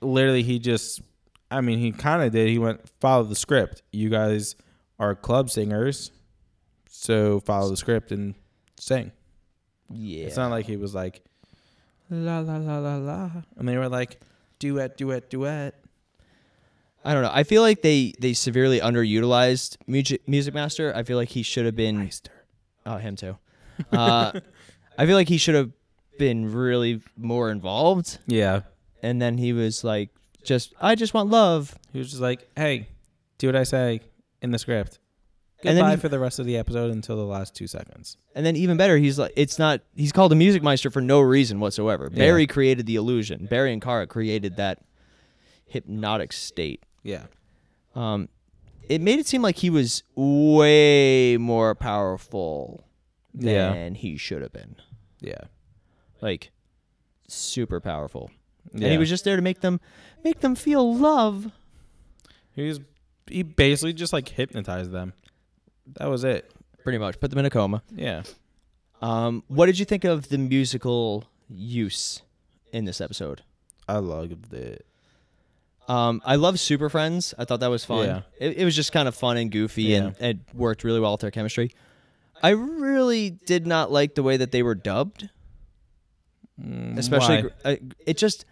Literally, he just, I mean, he kind of did. He went, follow the script. You guys are club singers, so follow the script and sing. Yeah. It's not like he was like, la, la, la, la, la. And they were like, duet, duet, duet. I don't know. I feel like they they severely underutilized music, music master. I feel like he should have been Oh, him too. Uh, I feel like he should have been really more involved, Yeah. and then he was like, "Just I just want love." He was just like, hey, do what I say in the script. And then Goodbye he- for the rest of the episode until the last two seconds. And then even better, he's like, "It's not." He's called a music meister for no reason whatsoever. Yeah. Barry created the illusion. Barry and Kara created that hypnotic state. Yeah. Um, it made it seem like he was way more powerful Yeah. than he should have been. Yeah. Like, super powerful. And Yeah. he was just there to make them make them feel love. He was he basically just like hypnotized them. That was it. pretty much put them in a coma Yeah. um, what did you think of the musical use in this episode I loved it. um, i love super friends i thought that was fun Yeah. it, it was just kind of fun and goofy and Yeah. it worked really well with their chemistry i really did not like the way that they were dubbed especially Mm, Why? uh, it just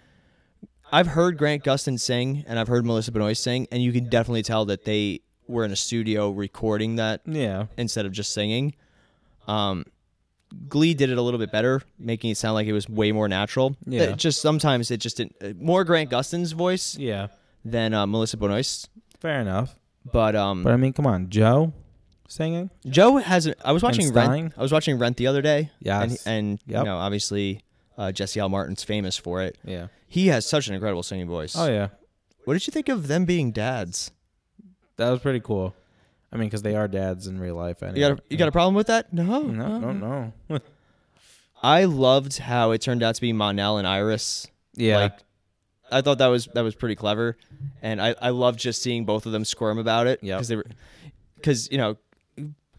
i've heard grant gustin sing and i've heard melissa benoist sing and you can definitely tell that they were in a studio recording that Yeah. instead of just singing. Um, Glee did it a little bit better, making it sound like it was way more natural. Yeah. It just sometimes it just didn't, uh, more Grant Gustin's voice Yeah. than uh, Melissa Benoist. Fair enough. But um, But I mean, come on, Joe singing? Joe has. a- I was watching Stein? Rent. I was watching Rent the other day. Yes. And, and Yep. you know, obviously, uh, Jesse L. Martin's famous for it. Yeah. He has such an incredible singing voice. Oh yeah. What did you think of them being dads? That was pretty cool. I mean, because they are dads in real life. Anyway. You got a, you got a problem with that? No. no, no, no. I loved how it turned out to be Monel and Iris. yeah. Like, I thought that was that was pretty clever, and I I love just seeing both of them squirm about it. Yep. because they were because you know,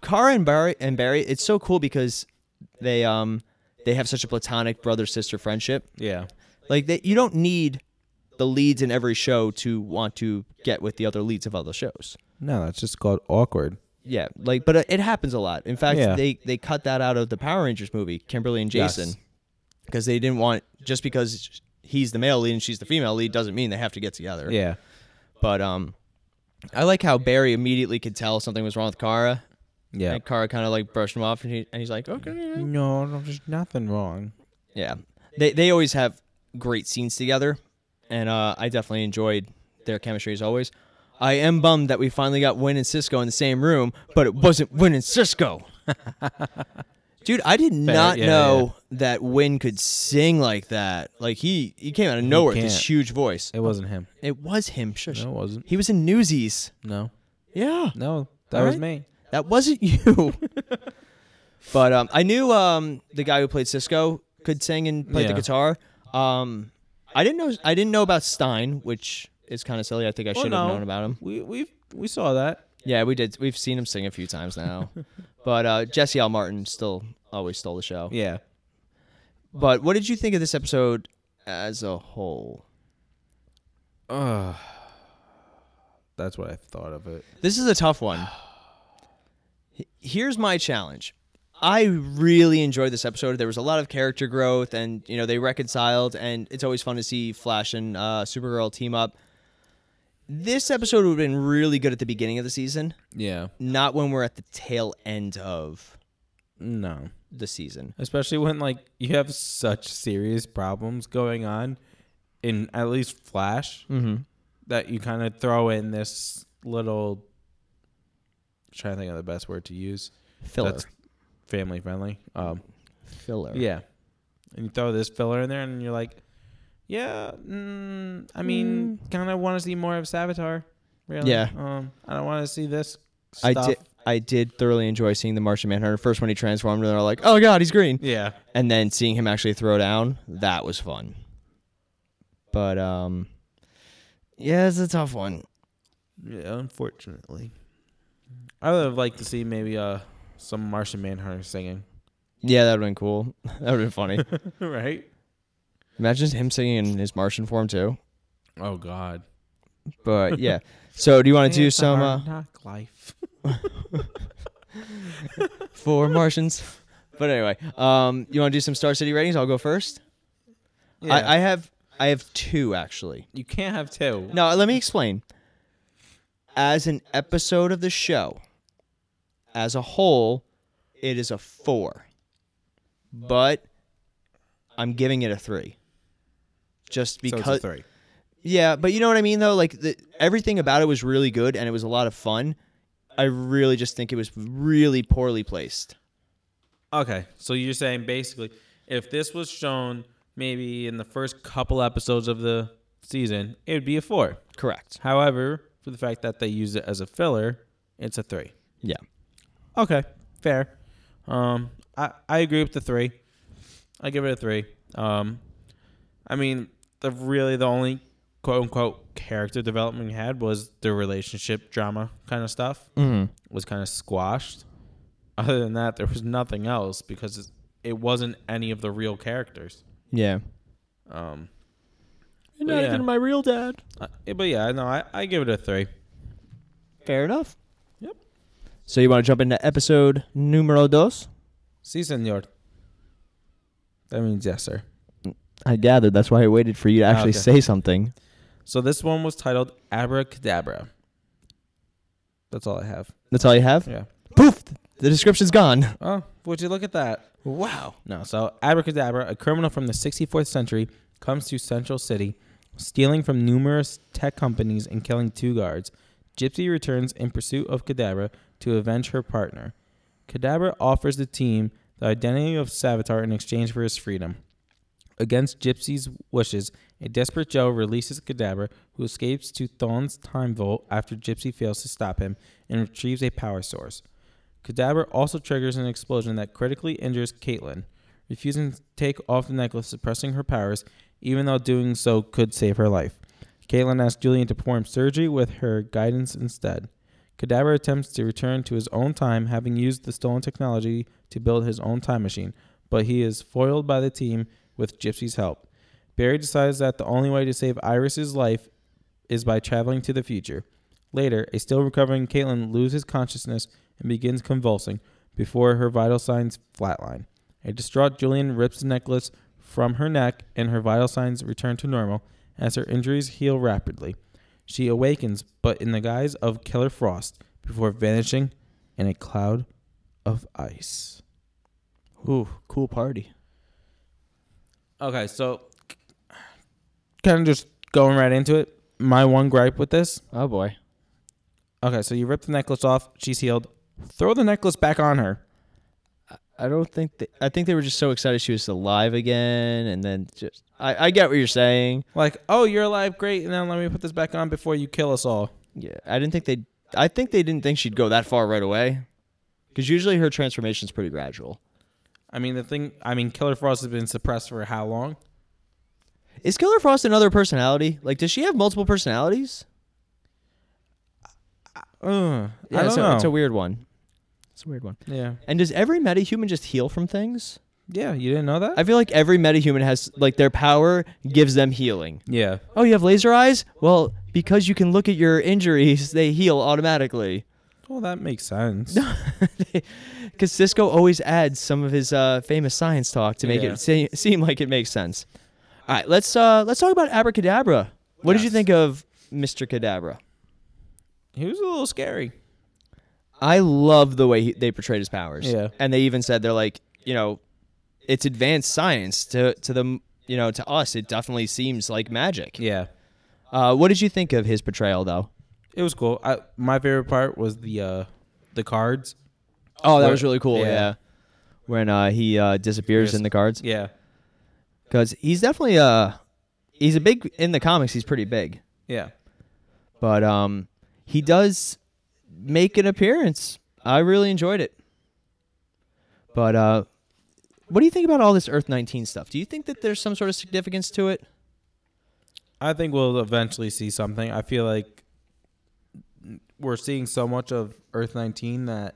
Kara and Barry and Barry. It's so cool because they um they have such a platonic brother sister friendship. yeah. Like that, you don't need the leads in every show to want to get with the other leads of other shows. No, that's just called awkward. Yeah, like but uh, it happens a lot. In fact, Yeah. they they cut that out of the Power Rangers movie, Kimberly and Yes. Jason, because they didn't want just because he's the male lead and she's the female lead doesn't mean they have to get together. Yeah. But um, I like how Barry immediately could tell something was wrong with Kara, Yeah. and Kara kind of like brushed him off, and, he, and he's like, okay, No, no, there's nothing wrong. yeah. They they always have great scenes together, and uh, I definitely enjoyed their chemistry as always. I am bummed that we finally got Win and Cisco in the same room, but it wasn't Win and Cisco. Dude, I did not yeah, know that Win could sing like that. Like he he came out of nowhere with this can't. huge voice. It wasn't him. It was him. Shush. No, it wasn't. He was in Newsies. No. Yeah. No, that All was right. me. That wasn't you. but um, I knew um, the guy who played Cisco could sing and play the Yeah. guitar. Um, I didn't know I didn't know about Stein, which is kind of silly. I think I Well, should have no. known about him. We we we saw that. Yeah, we did. We've seen him sing a few times now, but uh, Jesse L. Martin still always stole the show. Yeah. But what did you think of this episode as a whole? Ugh. That's what I thought of it. This is a tough one. H- Here's my challenge. I really enjoyed this episode. There was a lot of character growth, and you know they reconciled, and it's always fun to see Flash and uh, Supergirl team up. This episode would have been really good at the beginning of the season, Yeah. not when we're at the tail end of No. the season. Especially when like you have such serious problems going on in at least Flash Mm-hmm. that you kind of throw in this little trying to think of the best word to use. Filler, That's family friendly. Um filler. yeah. And you throw this filler in there and you're like, yeah, mm, I mean, kind of want to see more of Savitar. Really? Yeah. Um, I don't want to see this I stuff. did. I did thoroughly enjoy seeing the Martian Manhunter first when he transformed, and they're like, "Oh God, he's green." Yeah. and then seeing him actually throw down that was fun but um yeah it's a tough one Yeah, unfortunately. I would have liked to see maybe uh some Martian Manhunter singing, yeah that would have been cool that would have been funny right? imagine him singing in his martian form too Oh God. but yeah so do you want to do It's a some uh, hard knock life. for martians but anyway um you want to do some star city ratings i'll go first Yeah. I, I have i have two actually you can't have two. No, let me explain. As an episode of the show, as a whole, it is a four. But I'm giving it a three. Just because. so it's a three. Yeah, but you know what I mean, though? Like, the, everything about it was really good and it was a lot of fun. I really just think it was really poorly placed. Okay, so you're saying basically, if this was shown maybe in the first couple episodes of the season, it would be a four. Correct. However, for the fact that they use it as a filler, it's a three. Yeah. Okay, fair. Um, I I agree with the three. I give it a three. Um, I mean, the really the only quote unquote character development we had was the relationship drama kind of stuff Mm-hmm. was kind of squashed. Other than that, there was nothing else because it's- it wasn't any of the real characters. Yeah. Um, And not even my real dad. uh, but yeah, no, I I give it a three. Fair enough. Yep. So you want to jump into episode numero dos? Si, senor. That means yes, sir. I gathered that's why I waited for you to actually okay. say something. So this one was titled Abracadabra. That's all I have. That's all you have? Yeah. Poof! The description's gone. Oh, would you look at that? Wow. No. So Abracadabra, a criminal from the 64th century, comes to Central City, stealing from numerous tech companies and killing two guards. Gypsy returns in pursuit of Kadabra to avenge her partner. Kadabra offers the team the identity of Savitar in exchange for his freedom. Against Gypsy's wishes, a desperate Joe releases Kadabra, who escapes to Thorn's time vault after Gypsy fails to stop him and retrieves a power source. Kadabra also triggers an explosion that critically injures Caitlin, refusing to take off the necklace, suppressing her powers, even though doing so could save her life. Caitlin asks Julian to perform surgery with her guidance instead. Kadabra attempts to return to his own time, having used the stolen technology to build his own time machine, but he is foiled by the team with Gypsy's help. Barry decides that the only way to save Iris's life is by traveling to the future. Later, a still recovering Caitlin loses consciousness and begins convulsing before her vital signs flatline. A distraught Julian rips the necklace from her neck and her vital signs return to normal as her injuries heal rapidly. She awakens, but in the guise of Killer Frost, before vanishing in a cloud of ice. Ooh, cool party. Okay, so kind of just going right into it. My one gripe with this Oh boy. Okay, so you rip the necklace off. She's healed. Throw the necklace back on her. I don't think they, I think they were just so excited she was alive again, and then just I, I get what you're saying. Like, oh, you're alive, great. And then let me put this back on before you kill us all. Yeah, I didn't think they I think they didn't think she'd go that far right away, because usually her transformation's pretty gradual. I mean, the thing. I mean, Killer Frost has been suppressed for how long? Is Killer Frost another personality? Like, does she have multiple personalities? Ugh, Yeah, I don't so know. it's a weird one. It's a weird one. yeah. And does every metahuman just heal from things? Yeah. You didn't know that? I feel like every metahuman has like their power gives them healing. yeah. Oh, you have laser eyes? Well, because you can look at your injuries, they heal automatically. Well, that makes sense. Because Cisco always adds some of his uh, famous science talk to make Yeah. it se- seem like it makes sense. All right, let's uh, let's talk about abracadabra. What did you Yes. think of Mr. Cadabra? He was a little scary. I love the way he, they portrayed his powers. Yeah. And they even said they're like, you know, it's advanced science to to them, you know, to us it definitely seems like magic. Yeah. Uh, what did you think of his portrayal though? It was cool. I, my favorite part was the uh the cards. Oh, that Where- was really cool. yeah. Yeah. When uh, he uh, disappears in the cards, Yeah. because he's definitely uh he's a big in the comics. He's pretty big, Yeah. but um, he does make an appearance. I really enjoyed it. But uh, what do you think about all this Earth 19 stuff? Do you think that there's some sort of significance to it? I think we'll eventually see something. I feel like we're seeing so much of Earth 19 that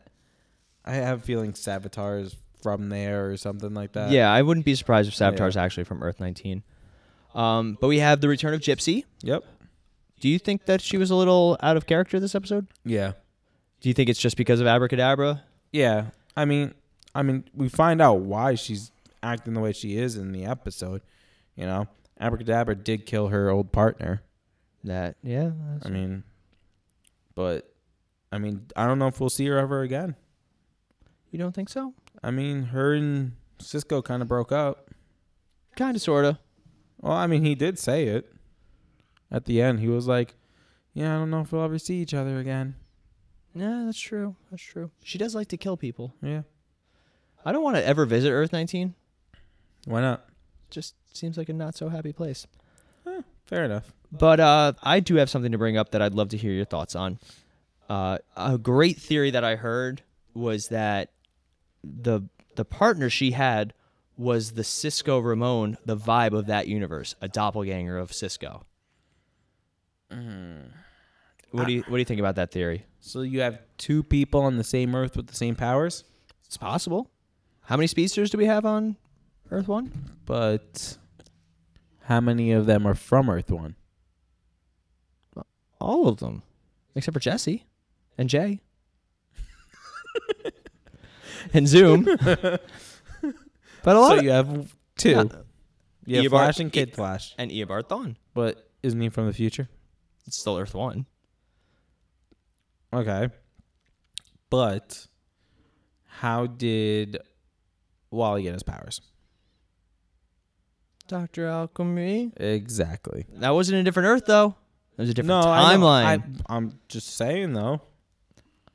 I have a feeling Savitar is from there or something like that. Uh, yeah, I wouldn't be surprised if yeah. Savitar's actually from Earth 19. Um, but we have the return of Gypsy. Yep. Do you think that she was a little out of character this episode? Yeah. Do you think it's just because of Abracadabra? Yeah. I mean, I mean, we find out why she's acting the way she is in the episode. You know, Abracadabra did kill her old partner. That yeah. I mean, but I mean, I don't know if we'll see her ever again. you don't think so? I mean, her and Cisco kind of broke up. Kind of, sorta. Well, I mean, he did say it at the end. He was like, "Yeah, I don't know if we'll ever see each other again." Yeah, that's true. That's true. She does like to kill people. Yeah, I don't want to ever visit Earth 19. why not? Just seems like a not so happy place. Fair enough. But uh, I do have something to bring up that I'd love to hear your thoughts on. Uh, a great theory that I heard was that the the partner she had was the Cisco Ramon, the vibe of that universe, a doppelganger of Cisco. What do you what do you think about that theory? Mm-hmm. So you have two people on the same Earth with the same powers, It's possible. How many speedsters do we have on Earth One? but how many of them are from Earth One? All of them, except for Jesse and Jay and Zoom. but a lot So of- you have two. You have Eobard- Flash and E- Kid Flash, and Eobard Thawne. but isn't he from the future? It's still Earth One. Okay. But how did Wally get his powers? Doctor Alchemy. Exactly. That wasn't a different Earth though. It was a different I know. timeline. I, I'm just saying though.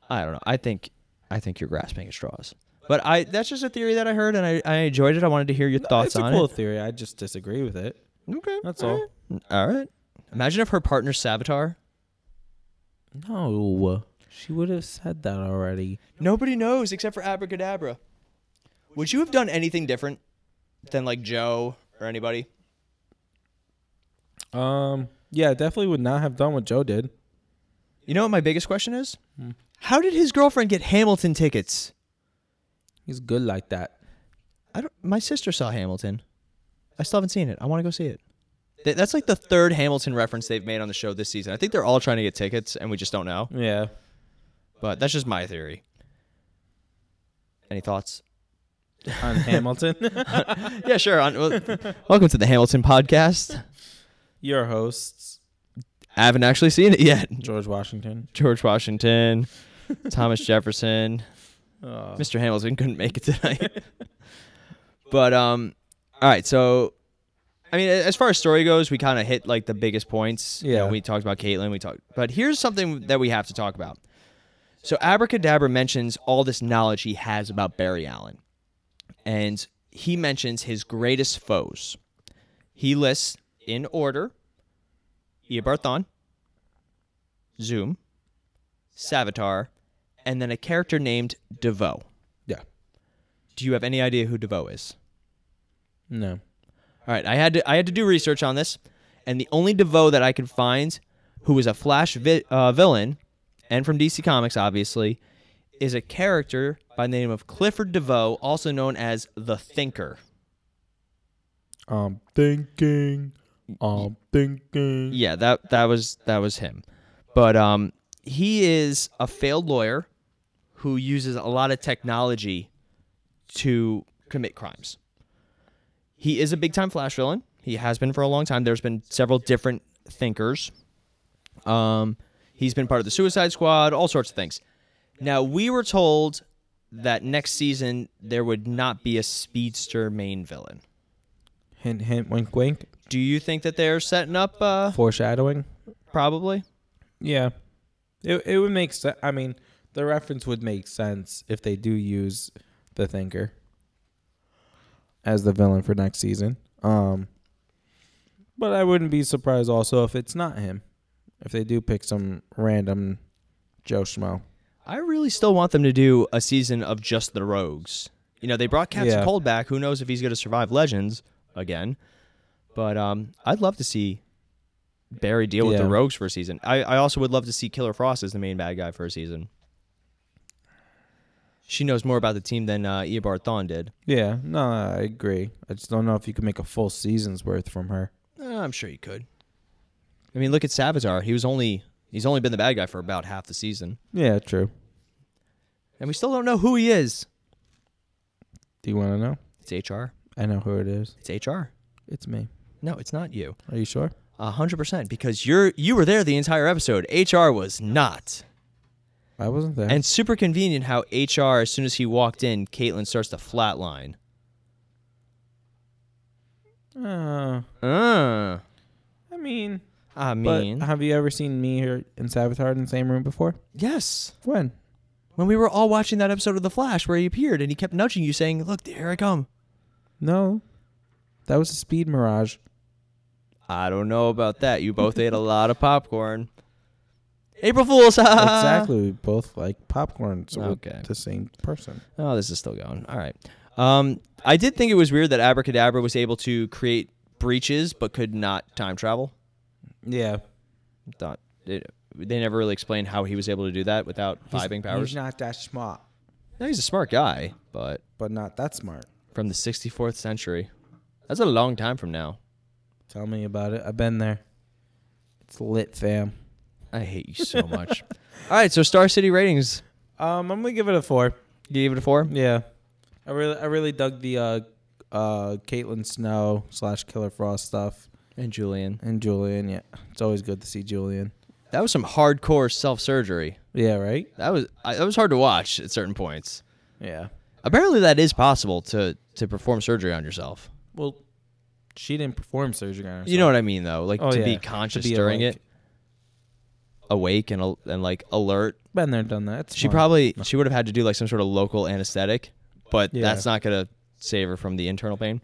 I, don't know. I think I think you're grasping at straws. But I that's just a theory that I heard and I, I enjoyed it. I wanted to hear your thoughts it's on a cool it. theory. I just disagree with it. Okay. That's all. right. All right. Imagine if her partner's Savitar. No, she would have said that already. Nobody knows except for Abracadabra. Would you have done anything different than like Joe or anybody? Um, yeah, definitely would not have done what Joe did. You know what my biggest question is? Hmm. How did his girlfriend get Hamilton tickets? He's good like that. I don't. My sister saw Hamilton. I still haven't seen it. I want to go see it. Th- That's like the third Hamilton reference they've made on the show this season. I think they're all trying to get tickets, and we just don't know. Yeah. But that's just my theory. Any thoughts? On Hamilton, yeah, sure. On, well, welcome to the Hamilton podcast. your hosts I haven't actually seen it yet. George Washington. George Washington, Thomas Jefferson, Uh, Mr. Hamilton couldn't make it tonight. but um, all right. So, I mean, as far as story goes, we kind of hit like the biggest points. You know, Yeah. we talked about Caitlyn. We talked, but here's something that we have to talk about. So Abracadabra mentions all this knowledge he has about Barry Allen, and he mentions his greatest foes. He lists in order: Eobarthon, Zoom, Savitar, and then a character named DeVoe. yeah. Do you have any idea who DeVoe is? No. All right, I had to I had to do research on this, and the only DeVoe that I could find who was a Flash vi- uh, villain and from DC Comics, obviously, is a character by the name of Clifford DeVoe, also known as the Thinker. I'm Um, thinking. I'm thinking. Yeah, that that was that was him. But um he is a failed lawyer who uses a lot of technology to commit crimes. He is a big time flash villain. He has been for a long time. There's been several different thinkers. Um he's been part of the Suicide Squad, all sorts of things. Now we were told that next season there would not be a speedster main villain. Hint, hint, wink, wink. Do you think that they're setting up uh Foreshadowing. probably? Yeah, it it would make sense. I mean, the reference would make sense if they do use the Thinker as the villain for next season. Um, but I wouldn't be surprised also if it's not him, if they do pick some random Joe Schmo. I really still want them to do a season of just the Rogues. You know, they brought Captain Yeah. Cold back. Who knows if he's going to survive Legends again? But um, I'd love to see Barry deal with the Yeah. Rogues for a season. I, I also would love to see Killer Frost as the main bad guy for a season. She knows more about the team than uh, Eobard Thawne did. Yeah, no, I agree. I just don't know if you could make a full season's worth from her. Uh, I'm sure he could. I mean, look at Savitar. He was only he's only been the bad guy for about half the season, Yeah, true. and we still don't know who he is. Do you want to know? It's HR. I know who it is. It's HR. It's me. No, it's not you. Are you sure? A hundred percent, because you're you were there the entire episode. HR was not, I wasn't there. and super convenient how HR, as soon as he walked in, Caitlyn starts to flatline. Uh, Uh, I mean, I but mean, have you ever seen me here in Savitar in the same room before? yes. When? When we were all watching that episode of The Flash where he appeared and he kept nudging you, saying, "Look, here I come." No. That was a speed mirage. I don't know about that. You both ate a lot of popcorn. April Fools. exactly. exactly. We both like popcorn, so Ah. Okay. we're the same person. Oh, this is still going. All right. Um, I did think it was weird that Abracadabra was able to create breaches but could not time travel. Yeah. thought it, they never really explained how he was able to do that without vibing powers. He's not that smart, no, he's a smart guy, but but not that smart. from the 64th century, that's a long time from now. Tell me about it. I've been there. It's lit, fam. I hate you so much. All right, so Star City ratings. Um, I'm gonna give it a four. You gave it a four. Yeah. I really I really dug the uh uh Caitlin Snow slash Killer Frost stuff. And Julian, And Julian, yeah. It's always good to see Julian. that was some hardcore self surgery. Yeah, right? That was I, that was hard to watch at certain points. Yeah. Apparently, that is possible to to perform surgery on yourself. Well, she didn't perform surgery on herself. You know what I mean, though, like Oh, to yeah. be uh, To conscious be during awake. it, awake and al- and like alert. been there, done that. It's She fine. probably she would have had to do like some sort of local anesthetic, but Yeah. that's not gonna save her from the internal pain.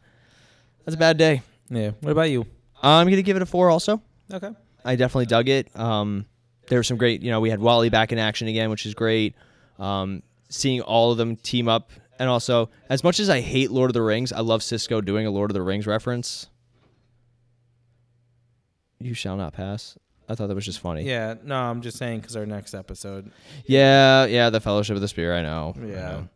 That's a bad day. Yeah. What about you? I'm gonna give it a four. Also, Okay. I definitely dug it. Um, there were some great. You know, we had Wally back in action again, which is great. Um, seeing all of them team up, and also as much as I hate Lord of the Rings, I love Cisco doing a Lord of the Rings reference. You shall not pass. I thought that was just funny. Yeah. No, I'm just saying because our next episode. Yeah, yeah, the Fellowship of the Spear. I know. I Yeah. know.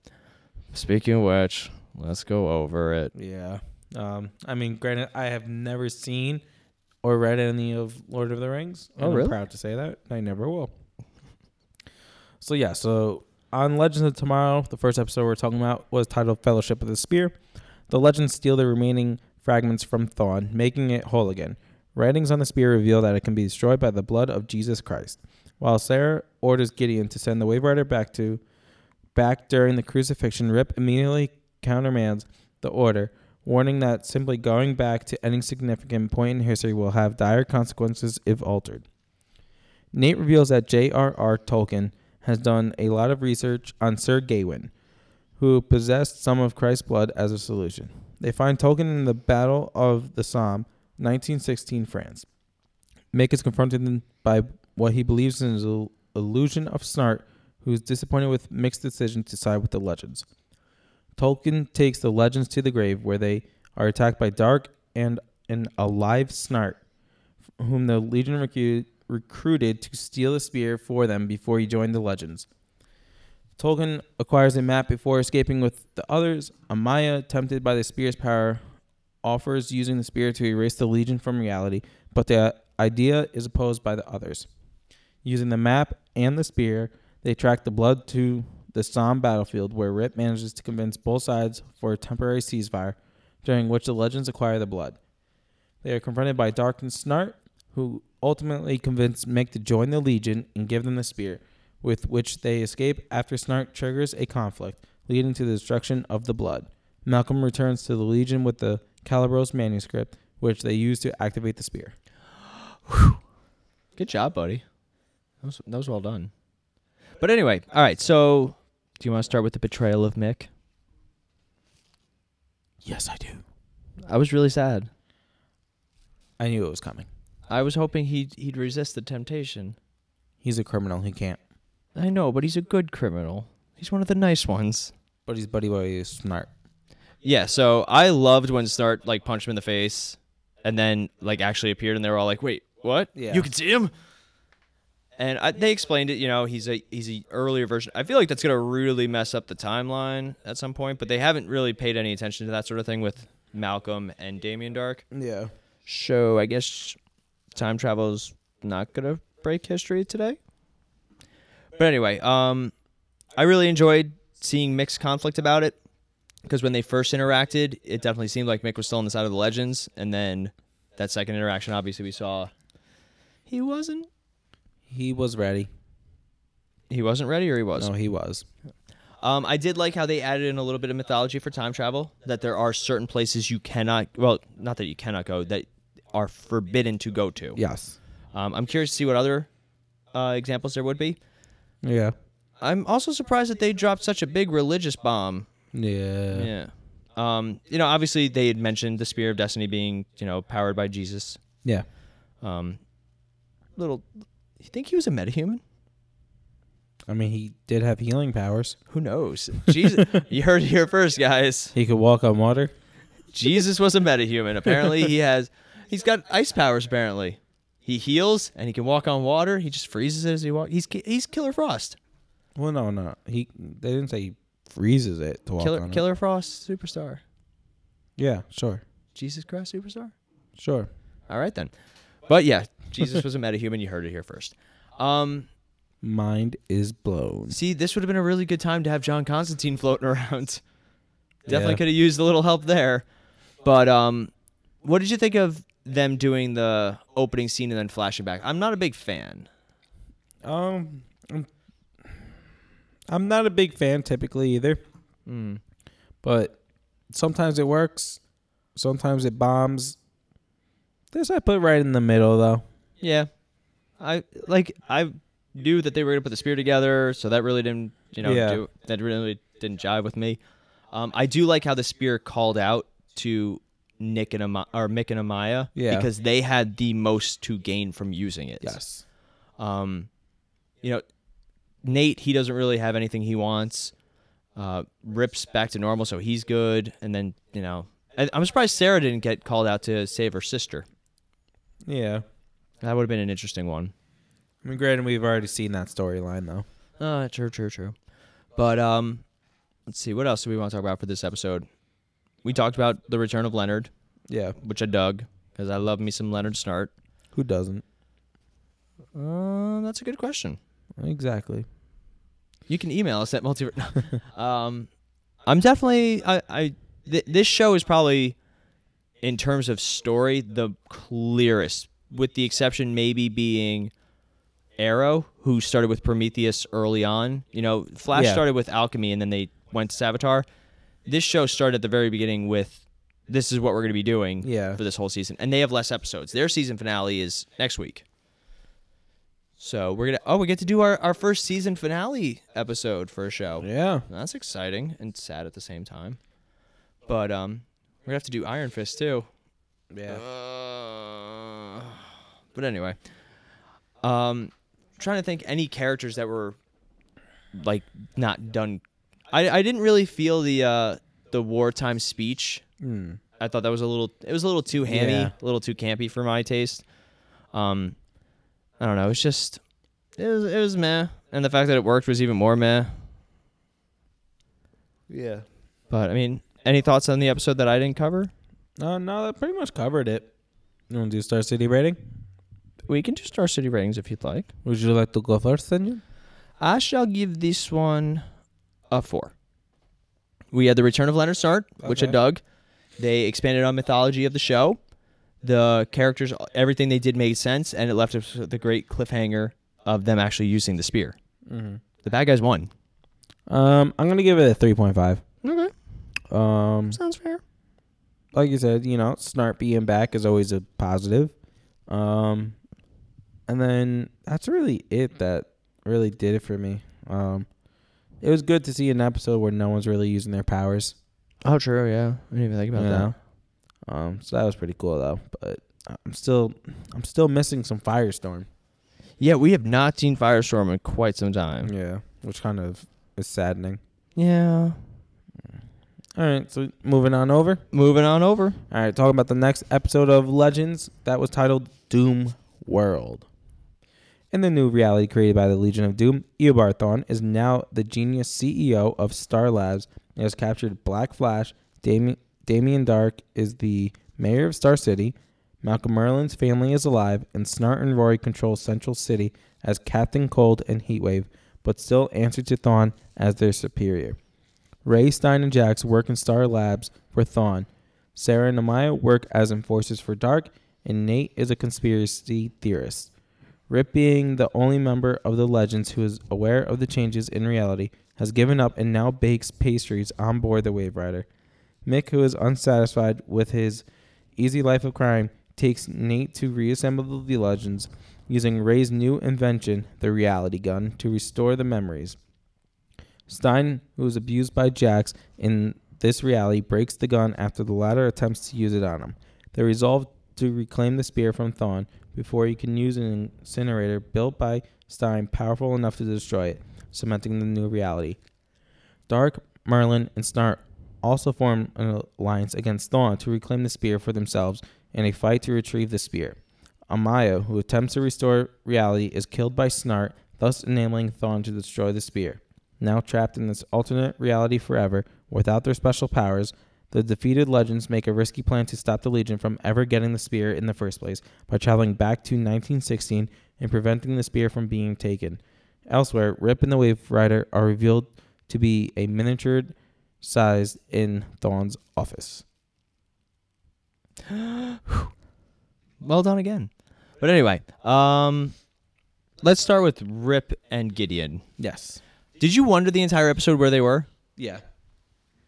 Speaking of which, let's go over it. Yeah. Um. I mean, granted, I have never seen or read any of Lord of the Rings. Oh, and really? I'm proud to say that I never will. So yeah. So on Legends of Tomorrow, the first episode we're talking about was titled "Fellowship of the Spear." The legends steal the remaining fragments from Thawne, making it whole again. Writings on the spear reveal that it can be destroyed by the blood of Jesus Christ. While Sarah orders Gideon to send the Wave Rider back to back during the crucifixion, Rip immediately countermands the order, warning that simply going back to any significant point in history will have dire consequences if altered. Nate reveals that J.R.R. Tolkien has done a lot of research on Sir Gawain, who possessed some of Christ's blood as a solution. They find Tolkien in the Battle of the Somme, 1916 France. Mick is confronted by what he believes is an illusion of Snart, who is disappointed with Mick's decision to side with the legends. Tolkien takes the legends to the grave, where they are attacked by Dark and an alive Snart, whom the Legion recu- recruited to steal the spear for them before he joined the Legends. Tolkien acquires a map before escaping with the others. Amaya, tempted by the spear's power, offers using the spear to erase the Legion from reality, but the idea is opposed by the others. Using the map and the spear, they track the blood to the Somme battlefield, where Rip manages to convince both sides for a temporary ceasefire, during which the Legends acquire the blood. They are confronted by Dark and Snart, who ultimately convince Mick to join the Legion and give them the spear, with which they escape after Snart triggers a conflict, leading to the destruction of the blood. Malcolm returns to the Legion with the Calibros manuscript, which they use to activate the spear. Good job, buddy. That was, that was well done. But anyway, all right. So, do you want to start with the betrayal of Mick? Yes, I do. I was really sad. I knew it was coming. I was hoping he'd he'd resist the temptation. He's a criminal. He can't. I know, but he's a good criminal. He's one of the nice ones. But he's buddy buddy with Snart. Yeah, so I loved when Snart like punched him in the face and then like actually appeared and they were all like, "Wait, what? Yeah. You can see him?" And I, they explained it, you know, he's a he's a earlier version. I feel like that's going to really mess up the timeline at some point, but they haven't really paid any attention to that sort of thing with Malcolm and Damien Dark. Yeah. So I guess time travel's not gonna break history today. But anyway, um, I really enjoyed seeing Mick's conflict about it because when they first interacted, it definitely seemed like Mick was still on the side of the legends, and then that second interaction, obviously, we saw he wasn't. He was ready. He wasn't ready, or he was. No, he was. Um, I did like how they added in a little bit of mythology for time travel. That there are certain places you cannot, well, not that you cannot go, that are forbidden to go to. Yes. Um, I'm curious to see what other uh, examples there would be. Yeah. I'm also surprised that they dropped such a big religious bomb. Yeah. Yeah. Um, you know, obviously they had mentioned the Spear of Destiny being, you know, powered by Jesus. Yeah. Um, little, you think he was a metahuman? I mean, he did have healing powers. Who knows? Jesus, you heard it here first, guys. He could walk on water. Jesus was a metahuman. Apparently, he has, he's got ice powers. Apparently, he heals and he can walk on water. He just freezes as he walks. He's ki- he's Killer Frost. Well, no, no. He they didn't say he freezes it to walk Killer on. it. Killer Frost superstar. Yeah. Sure. Jesus Christ superstar. Sure. All right then. But yeah, Jesus was a metahuman. You heard it here first. Um, Mind is blown. see, this would have been a really good time to have John Constantine floating around. Definitely Yeah. could have used a little help there. But um, what did you think of them doing the opening scene and then flashing back? I'm not a big fan. Um, I'm, I'm not a big fan typically either, Hmm. but sometimes it works, sometimes it bombs. This I put right in the middle though. Yeah, I like I knew that they were gonna put the spear together, so that really didn't you know Yeah. do, that really didn't jive with me. Um, I do like how the spear called out to Nick and Ama- or Mick and Amaya Yeah. because they had the most to gain from using it. Um, you know, Nate he doesn't really have anything he wants. Uh, rips back to normal, so he's good. And then you know, I, I'm surprised Sarah didn't get called out to save her sister. Yeah. That would have been an interesting one. I mean, granted, we've already seen that storyline though. Uh, true, true, true. But um, let's see. What else do we want to talk about for this episode? We talked about the return of Leonard, Yeah. which I dug because I love me some Leonard Snart. Who doesn't? Uh, that's a good question. Exactly. You can email us at multi. um, I'm definitely I I th- this show is probably in terms of story the clearest, with the exception maybe being Arrow, who started with Prometheus early on. You know, Flash Yeah. started with alchemy and then they went to Savitar. This show started at the very beginning with this is what we're going to be doing Yeah. for this whole season, and they have less episodes. Their season finale is next week. So we're gonna oh we get to do our, our first season finale episode for a show. Yeah. That's exciting and sad at the same time. But um we're gonna have to do Iron Fist too. Yeah. Uh, but anyway. Um trying to think any characters that were like not done I I didn't really feel the uh the wartime speech. I thought that was a little it was a little too hammy, Yeah. a little too campy for my taste. Um I don't know. It's just it was it was meh, and the fact that it worked was even more meh. Yeah. But I mean, any thoughts on the episode that I didn't cover? Uh, no, that pretty much covered it. You want to do Star City rating? We can do Star City ratings if you'd like. Would you like to go first, then? I shall give this one a four. We had the return of Leonard Snart, which I Okay. dug. They expanded on mythology of the show. The characters, everything they did made sense, and it left us with the great cliffhanger of them actually using the spear. Mm-hmm. The bad guys won. Um, I'm gonna give it a three point five. Okay, Um, sounds fair. like you said, you know, Snart being back is always a positive. Um, and then that's really it that really did it for me. Um, it was good to see an episode where no one's really using their powers. Oh, true. Yeah, I didn't even think about you that. know? Um, so that was pretty cool though. But I'm still, I'm still missing some Firestorm. Yeah, we have not seen Firestorm in quite some time. Yeah, which kind of is saddening. Yeah. All right, so moving on over. Moving on over. All right, talking about the next episode of Legends that was titled Doom World. In the new reality created by the Legion of Doom, Eobard Thawne is now the genius CEO of Star Labs and has captured Black Flash. Dami- Damien Dark is the mayor of Star City. Malcolm Merlin's family is alive, and Snart and Rory control Central City as Captain Cold and Heatwave, but still answer to Thawne as their superior. Ray, Stein, and Jax work in Star Labs for Thawne. Sarah and Amaya work as enforcers for Dark, and Nate is a conspiracy theorist. Rip, being the only member of the Legends who is aware of the changes in reality, has given up and now bakes pastries on board the Wave Rider. Mick, who is unsatisfied with his easy life of crime, takes Nate to reassemble the Legends using Ray's new invention, the Reality Gun, to restore the memories. Stein, who is abused by Jax in this reality, breaks the gun after the latter attempts to use it on him. They resolve to reclaim the spear from Thawne before he can use an incinerator built by Stein powerful enough to destroy it, cementing the new reality. Dark, Merlin, and Snart also form an alliance against Thawne to reclaim the spear for themselves in a fight to retrieve the spear. Amaya, who attempts to restore reality, is killed by Snart, thus enabling Thawne to destroy the spear. Now trapped in this alternate reality forever, without their special powers, the defeated legends make a risky plan to stop the Legion from ever getting the spear in the first place by traveling back to 1916 and preventing the spear from being taken. Elsewhere, Rip and the Wave Rider are revealed to be a miniature sized in Thorn's office. Well done again. But anyway, um, let's start with Rip and Gideon. Yes. Did you wonder the entire episode where they were? Yeah.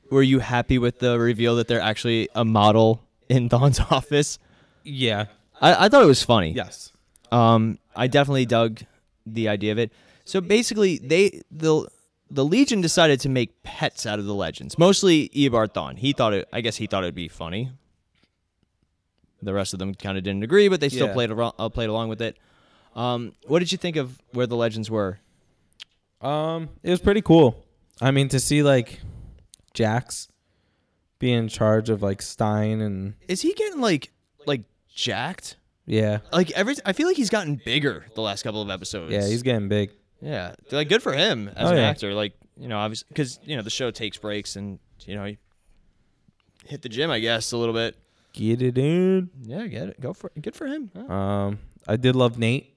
Were you happy with the reveal that they're actually a model in Thon's office? Yeah. I, I thought it was funny. Yes. Um, I definitely dug the idea of it. So basically, they the the Legion decided to make pets out of the legends, mostly Eobard Thawne. He thought it. I guess he thought it'd be funny. The rest of them kind of didn't agree, but they still Yeah. played ar- uh, played along with it. Um, what did you think of where the legends were? Um, it was pretty cool. I mean, to see like Jax be in charge of like Stein and Is he getting like like jacked? yeah, Like every, I feel like he's gotten bigger the last couple of episodes. yeah, he's getting big. Yeah, like good for him as Oh, an yeah. actor. Like you know, obviously, because you know the show takes breaks and you know, you hit the gym, I guess, a little bit. Get it in. Yeah, get it. Go for good for him. Um, I did love Nate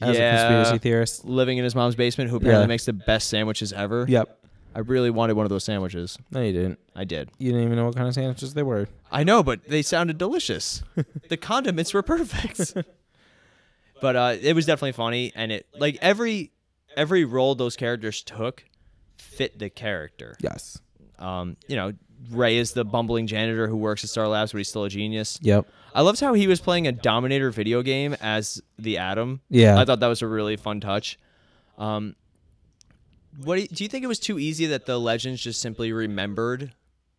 as yeah, a conspiracy theorist. living in his mom's basement, who apparently Yeah. makes the best sandwiches ever. Yep. I really wanted one of those sandwiches. No, you didn't. I did. You didn't even know what kind of sandwiches they were. I know, but they sounded delicious. the condiments were perfect. but uh, it was definitely funny, and it like every every role those characters took fit the character. Yes. Um, you know, Ray is the bumbling janitor who works at Star Labs, but he's still a genius. Yep. I loved how he was playing a Dominator video game as the Atom. Yeah. I thought that was a really fun touch. Um, what do you, do you think it was too easy that the legends just simply remembered?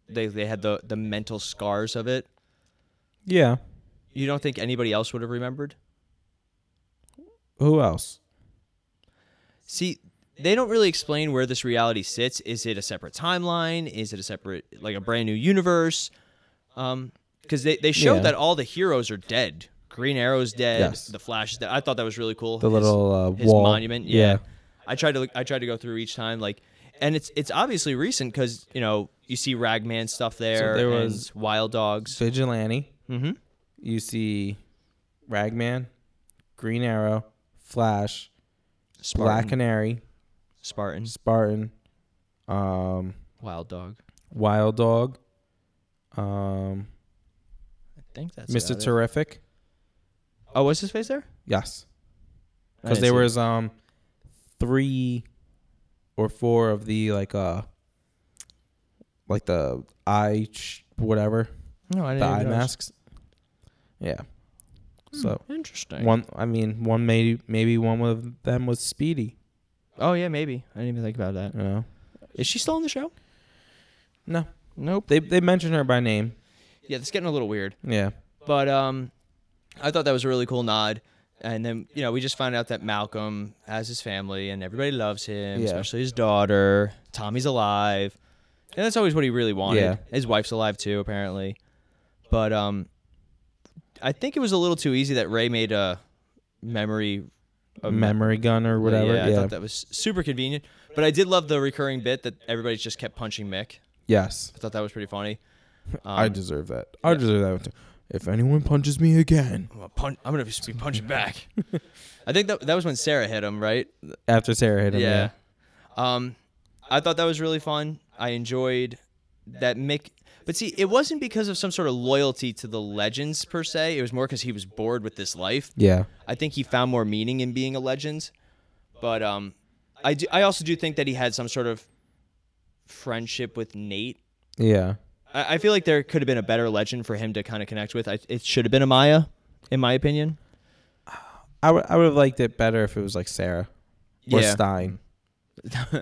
They they had the the mental scars of it. Yeah. You don't think anybody else would have remembered? Who else? See, they don't really explain where this reality sits. Is it a separate timeline? Is it a separate, like a brand new universe? Because Um, they, they show Yeah. that all the heroes are dead Green Arrow's dead. Yes. The Flash is dead. I thought that was really cool. The His- little uh, his wall. monument. Yeah. I tried to look, I tried to go through each time like and it's it's obviously recent cuz you know you see Ragman stuff there, there and was- Wild Dogs. Vigilante. Mhm. You see, Ragman, Green Arrow, Flash, Black Spartan, Mm-hmm. Canary, Spartan, Spartan, um, Wild Dog. Wild Dog, um, I think that's Mister about it. Terrific. Oh, was his face there? Yes, I because didn't there see it. was um three or four of the like uh like the eye sh- whatever no, I the didn't eye even notice. masks. Yeah. Hmm. So Interesting. one, I mean, one maybe maybe one of them was Speedy. Oh yeah, maybe. I didn't even think about that. You know, Is she still on the show? no, Nope. they they mentioned her by name. Yeah, it's getting a little weird. Yeah, But um, I thought that was a really cool nod. And then you know we just found out that Malcolm has his family and everybody loves him, Yeah. especially his daughter. Tommy's alive, and that's always what he really wanted. Yeah. His wife's alive too, apparently. But um, I think it was a little too easy that Ray made a memory, a me- memory gun or whatever. Mm. Yeah, Yeah, I thought that was super convenient. But I did love the recurring bit that everybody just kept punching Mick. yes, I thought that was pretty funny. Um, I deserve that. I deserve that one too. If anyone punches me again I'm gonna, punch, I'm gonna just be punching back. I think that that was when Sarah hit him, right? after Sarah hit him, yeah, Um, I thought that was really fun. I enjoyed that Mick. But see, it wasn't because of some sort of loyalty to the legends per se. It was more because he was bored with this life. yeah, I think he found more meaning in being a legend. But um, I do, I also do think that he had some sort of friendship with Nate. yeah. I, I feel like there could have been a better legend for him to kind of connect with. I, it should have been Amaya, in my opinion. I would I would have liked it better if it was like Sarah or Stein. Just That go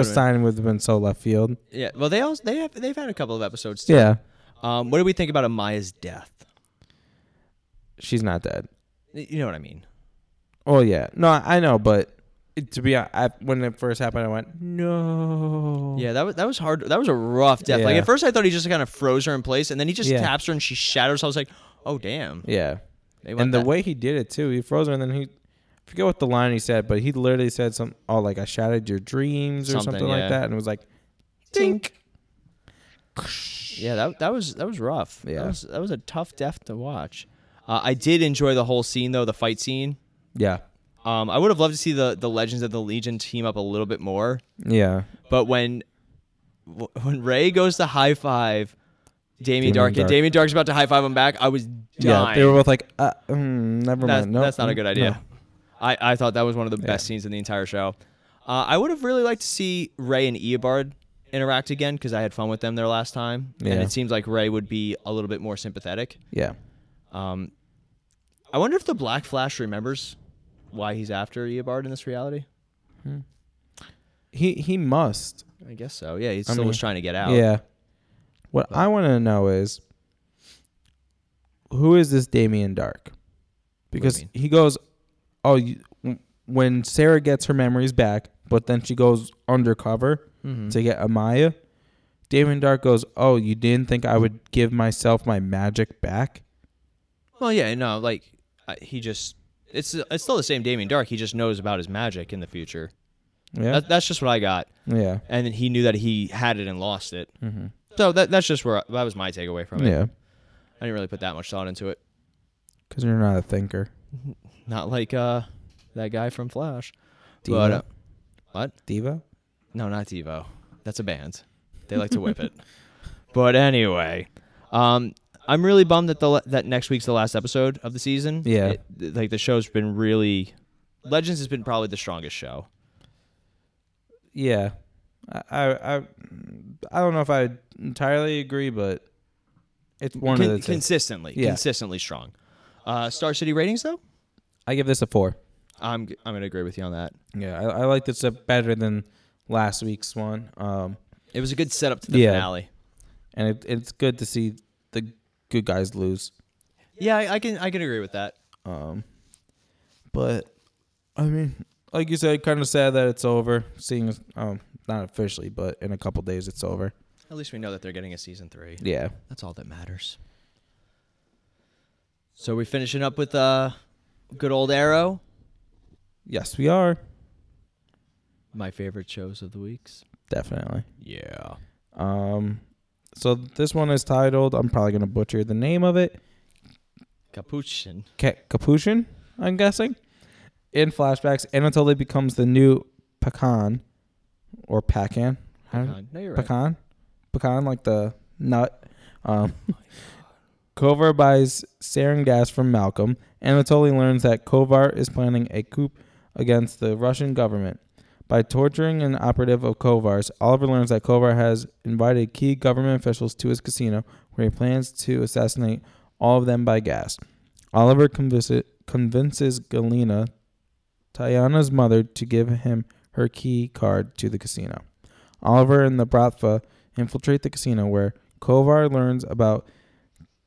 would've Stein would have been so left field. Yeah. Well, they all they have they've had a couple of episodes. Too. Yeah, Um, what do we think about Amaya's death? she's not dead. Y- You know what I mean? Oh yeah, no, I I know, but it- to be honest, I, when it first happened, I went no. Yeah. That was that was hard. That was a rough death. Like Yeah. at first, I thought he just kind of froze her in place, and then he just Yeah. taps her and she shatters. I was like, oh damn. yeah. They went And the that- way he did it too, he froze her, and then he I forget what the line he said, but he literally said some oh like I shattered your dreams or Something, something, yeah. like that, and it was like, Tink. Yeah, that that was that was rough. Yeah. That was, that was a tough death to watch. Uh, I did enjoy the whole scene though, the fight scene. yeah, Um, I would have loved to see the the Legends of the Legion team up a little bit more. yeah, But when when Ray goes to high five Damien Damien Dark, and Dark. Damien Dark's about to high five him back, I was yeah. dying. They were both like, uh, mm, never that's, mind. No, that's not a mm, good no. idea. I, I thought that was one of the best scenes in the entire show. Uh, I would have really liked to see Ray and Eobard interact again because I had fun with them there last time, Yeah. and it seems like Ray would be a little bit more sympathetic. Yeah, Um, I wonder if the Black Flash remembers why he's after Eobard in this reality. he he must. I guess so. Yeah, he still was mean, trying to get out. Yeah. What I want to know is who is this Damien Dark? Because mean? he goes, oh, you, when Sarah gets her memories back, but then she goes undercover Hmm. Mm-hmm. to get Amaya. Damien Dark goes, oh, you didn't think I would give myself my magic back? Well, yeah, no, like I, he just it's it's still the same Damien Dark. He just knows about his magic in the future. Yeah, That, that's just what I got, yeah, and then he knew that he had it and lost it. Mm-hmm. So that that's just where I, that was my takeaway from it. yeah. I didn't really put that much thought into it. Because you're not a thinker. Not like uh that guy from Flash. Devo, But, uh, what? Devo. No, not Devo. That's a band. They like to whip it. But anyway, um, I'm really bummed that the le- that next week's the last episode of the season. Yeah. It- th- like the show's been really, Legends has been probably the strongest show. Yeah, I, I, I, I don't know if I entirely agree, but it's one Con- of the two. consistently, Yeah. consistently strong. Uh, Star City ratings though, I give this a four. I'm g- I'm gonna agree with you on that. Yeah, I, I like this up better than last week's one. Um, It was a good setup to the Yeah. finale. and it, it's good to see the good guys lose. Yeah, I, I can I can agree with that. Um, but I mean, like you said, kind of sad that it's over. Seeing as um, not officially, but in a couple days, it's over. At least we know that they're getting a season three. Yeah, That's all that matters. So we're finishing up with uh, good old Arrow. Yes, we are. My favorite shows of the weeks. Definitely. Yeah. Um, so this one is titled. I'm probably gonna butcher the name of it. Capuchin. Ca- Capuchin, I'm guessing. In flashbacks, Anatoly becomes the new pecan, or pecan. How- Pecan. Uh, No, you're right. pecan, pecan, like the nut. Um, Kovar buys sarin gas from Malcolm. Anatoly learns that Kovar is planning a coup against the Russian government. By torturing an operative of Kovar's, Oliver learns that Kovar has invited key government officials to his casino, where he plans to assassinate all of them by gas. Oliver convinces, convinces Galena, Tayana's mother, to give him her key card to the casino. Oliver and the Bratva infiltrate the casino where Kovar learns about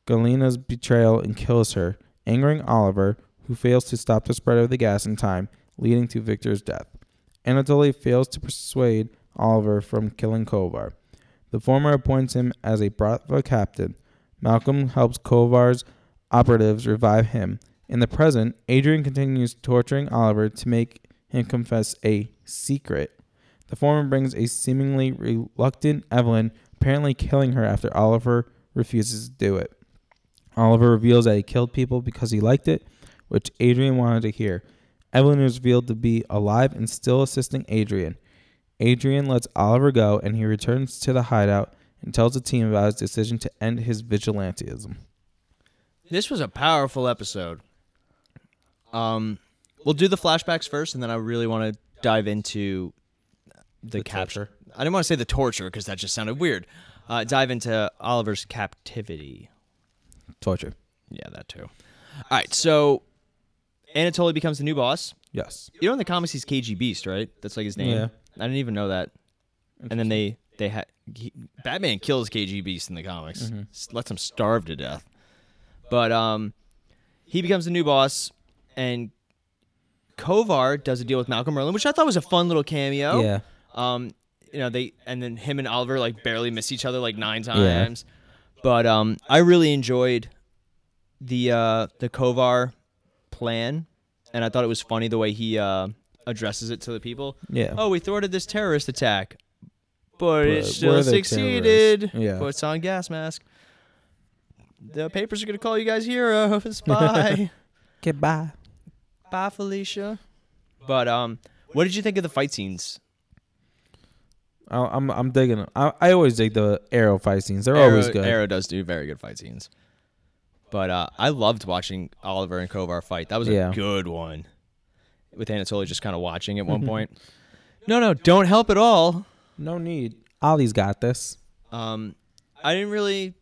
Galena's betrayal and kills her, angering Oliver, who fails to stop the spread of the gas in time, leading to Victor's death. Anatoly fails to persuade Oliver from killing Kovar. The former appoints him as a Bratva captain. Malcolm helps Kovar's operatives revive him. In the present, Adrian continues torturing Oliver to make him confess a secret. The former brings a seemingly reluctant Evelyn, apparently killing her after Oliver refuses to do it. Oliver reveals that he killed people because he liked it, which Adrian wanted to hear. Evelyn is revealed to be alive and still assisting Adrian. Adrian lets Oliver go and he returns to the hideout and tells the team about his decision to end his vigilantism. This was a powerful episode. Um, we'll do the flashbacks first, and then I really want to dive into the, capture. I didn't want to say the torture because that just sounded weird. Uh, dive into Oliver's captivity. Torture. Yeah, that too. All right, so Anatoly becomes the new boss. Yes. You know in the comics he's KG Beast, right? That's like his name. Yeah. I didn't even know that. And then they they had Batman kills KG Beast in the comics, Mm-hmm. S- lets him starve to death. But um, he becomes the new boss, and Kovar does a deal with Malcolm Merlin, which I thought was a fun little cameo. Yeah. Um, you know they and then him and Oliver like barely miss each other like nine times. But um, I really enjoyed the uh the Kovar plan, and I thought it was funny the way he uh addresses it to the people. Yeah. Oh, we thwarted this terrorist attack, but, But it we're still the succeeded. terrorists. Yeah. Puts on gas mask. The papers are gonna call you guys heroes. Bye, Goodbye. bye, Felicia. But um, what did you think of the fight scenes? I- I'm I'm digging. it. I I always dig the arrow fight scenes. They're always good. Arrow does do very good fight scenes. But uh, I loved watching Oliver and Kovar fight. That was Yeah. a good one. With Anatoly just kind of watching at Mm-hmm. one point. No, no, don't help at all. No need. Ollie's got this. Um, I didn't really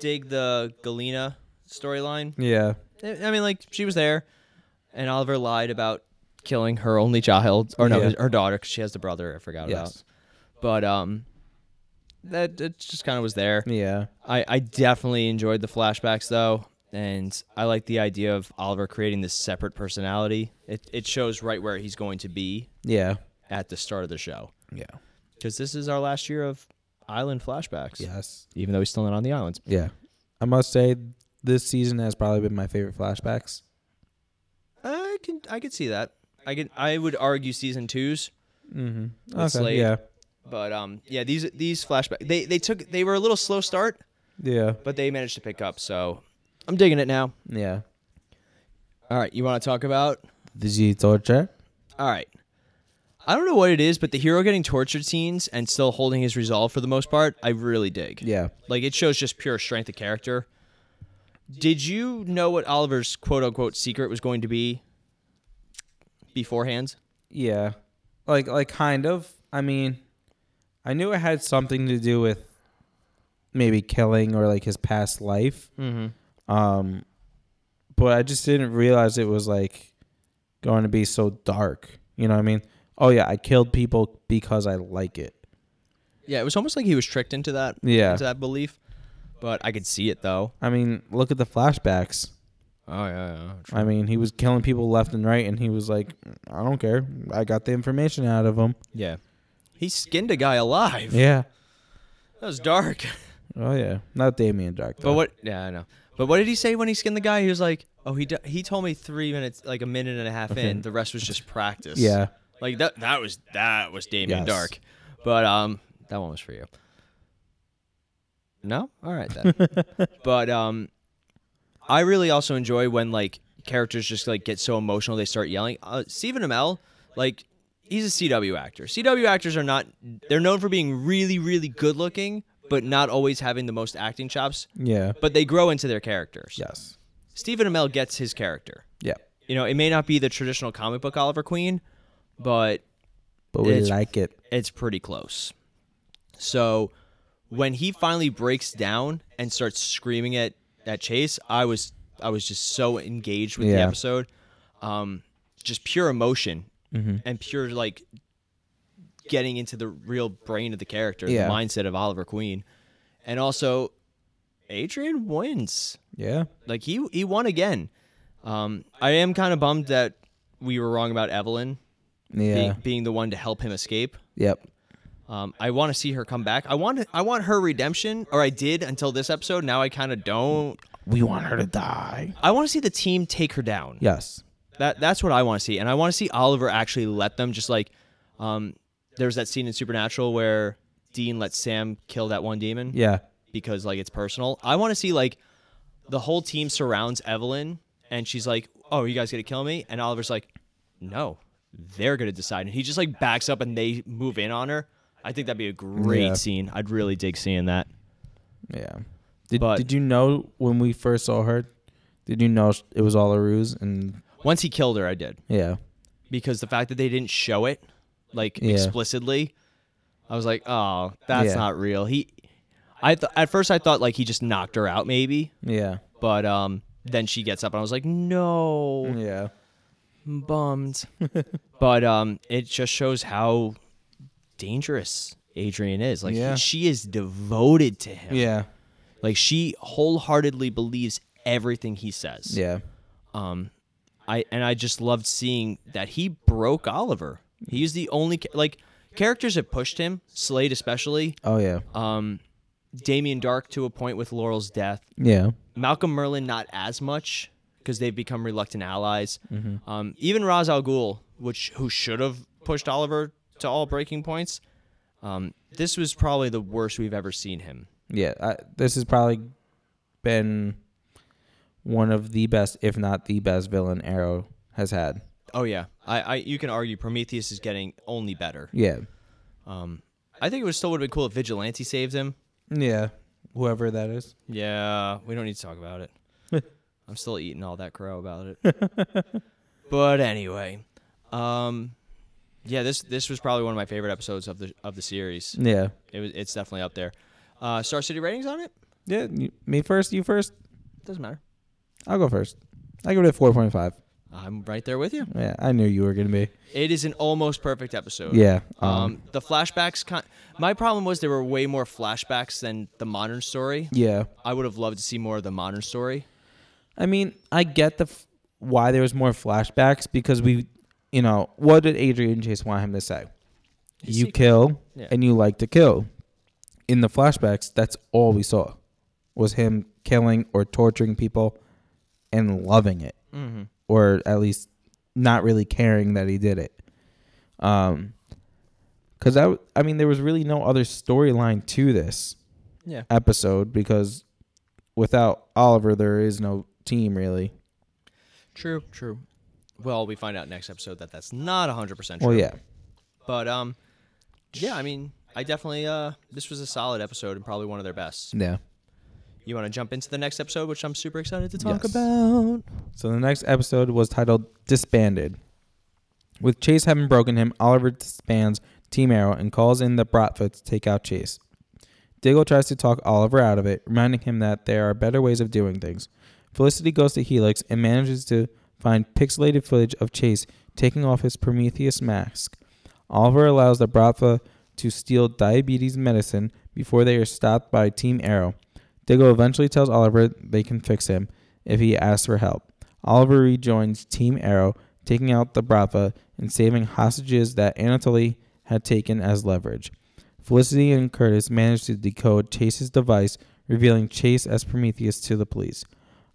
dig the Galena storyline. Yeah. I I mean, like she was there, and Oliver lied about killing her only child, or no, Yeah. his- her daughter, because she has the brother. I forgot Yes. about. But um, that it just kind of was there. Yeah. I, I definitely enjoyed the flashbacks though, and I like the idea of Oliver creating this separate personality. It it shows right where he's going to be Yeah. at the start of the show, Yeah. because this is our last year of island flashbacks. Yes. Even though he's still not on the islands. Yeah. I must say this season has probably been my favorite flashbacks. I can I could see that. I can I would argue season twos, Mm-hmm. With Okay. Slade. Yeah. but um yeah these these flashbacks they they took they were a little slow start, Yeah. but they managed to pick up. So I'm digging it now. Yeah. All right, you want to talk about The G torture. All right. I don't know what it is, but the hero getting tortured scenes and still holding his resolve for the most part, I really dig. Yeah. Like it shows just pure strength of character. Did you know what Oliver's quote unquote secret was going to be beforehand? Yeah. Like like kind of. I mean, I knew it had something to do with maybe killing or like his past life. Mm-hmm. Um but I just didn't realize it was like going to be so dark. You know what I mean? Oh yeah, I killed people because I like it. Yeah, it was almost like he was tricked into that Yeah. into that belief. But I could see it though. I mean, look at the flashbacks. Oh yeah, yeah. I mean, he was killing people left and right and he was like, I don't care. I got the information out of him. Yeah. He skinned a guy alive. Yeah. That was dark. Oh yeah. Not Damien Dark. But though. what? Yeah, I know. But what did he say when he skinned the guy? He was like, "Oh, he d- he told me three minutes, like a minute and a half Okay. in. The rest was just practice." Yeah. like that. That was that was Damien Yes. Dark. But um, that one was for you. No, all right then. but um, I really also enjoy when like characters just like get so emotional they start yelling. Uh, Stephen Amell, like he's a CW actor. CW actors are not they're known for being really really good looking, but not always having the most acting chops. Yeah. But they grow into their characters. Yes. Stephen Amell gets his character. Yeah. You know, it may not be the traditional comic book Oliver Queen, but But we It's- like it. it's pretty close. So when he finally breaks down and starts screaming at, at Chase, I was I was just so engaged with the Yeah. episode. Um, just pure emotion Mm-hmm. and pure like getting into the real brain of the character, Yeah. the mindset of Oliver Queen. And also Adrian wins. Yeah. Like he he won again. Um, I am kind of bummed that we were wrong about Evelyn Yeah. being, being the one to help him escape. Yep. Um, I want to see her come back. I want I want her redemption, or I did until this episode. Now I kind of don't. We want her to die. I want to see the team take her down. Yes. That that's what I want to see, and I want to see Oliver actually let them just like. Um, there's that scene in Supernatural where Dean lets Sam kill that one demon Yeah. because like it's personal. I want to see like the whole team surrounds Evelyn and she's like, "Oh, you guys gonna kill me?" And Oliver's like, "No, they're gonna decide." And he just like backs up and they move in on her. I think that'd be a great Yeah. scene. I'd really dig seeing that. Yeah. Did But- Did you know when we first saw her? Did you know sh- it was all a ruse? And Once he killed her, I did yeah, because the fact that they didn't show it like Yeah. explicitly, I was like, "Oh, that's Yeah. not real." He, I th- at first I thought like he just knocked her out maybe, yeah, but um then she gets up and I was like, "No, yeah, bummed. but um, it just shows how dangerous Adrian is. Like he- Yeah. she is devoted to him. yeah, Like she wholeheartedly believes everything he says. yeah, Um, I and I just loved seeing that he broke Oliver. He's the only ca- like characters have pushed him. Slade especially. oh yeah, Um, Damien Dark to a point with Laurel's death. yeah, Malcolm Merlin not as much because they've become reluctant allies. Um, even Ra's al Ghul, which who should have pushed Oliver to all breaking points, um, this was probably the worst we've ever seen him. yeah. I, this has probably been one of the best, if not the best, villain Arrow has had. Oh yeah, I, I you can argue Prometheus is getting only better. Yeah, Um, I think it would still would have been cool if Vigilante saved him. yeah. Whoever that is. Yeah, we don't need to talk about it. I'm still eating all that crow about it. but anyway, um, yeah, this this was probably one of my favorite episodes of the of the series. Yeah, It was it's definitely up there. Uh, Star City ratings on it yeah. You, me first, you first. doesn't matter. I'll go first. I give it a four point five. I'm right there with you. Yeah, I knew you were gonna be. It is an almost perfect episode. Yeah. Um, the flashbacks. Con- my problem was there were way more flashbacks than the modern story. yeah. I would have loved to see more of the modern story. I mean, I get the f- why there was more flashbacks because we, you know, what did Adrian Chase want him to say? You see- kill Yeah. and you like to kill. In the flashbacks, that's all we saw was him killing or torturing people and loving it, Mm-hmm. or at least not really caring that he did it. Um, because I, w- I mean, there was really no other storyline to this Yeah. episode because without Oliver, there is no team really. True. True. Well, we find out next episode that that's not 100% true. Well, yeah. But um, yeah, I mean, I definitely uh, this was a solid episode and probably one of their best. Yeah. You want to jump into the next episode, which I'm super excited to talk Yes. about. So the next episode was titled Disbanded. With Chase having broken him, Oliver disbands Team Arrow and calls in the Bratfoot to take out Chase. Diggle tries to talk Oliver out of it, reminding him that there are better ways of doing things. Felicity goes to Helix and manages to find pixelated footage of Chase taking off his Prometheus mask. Oliver allows the Bratva to steal diabetes medicine before they are stopped by Team Arrow. Diggle eventually tells Oliver they can fix him if he asks for help. Oliver rejoins Team Arrow, taking out the Brava and saving hostages that Anatoly had taken as leverage. Felicity and Curtis manage to decode Chase's device, revealing Chase as Prometheus to the police.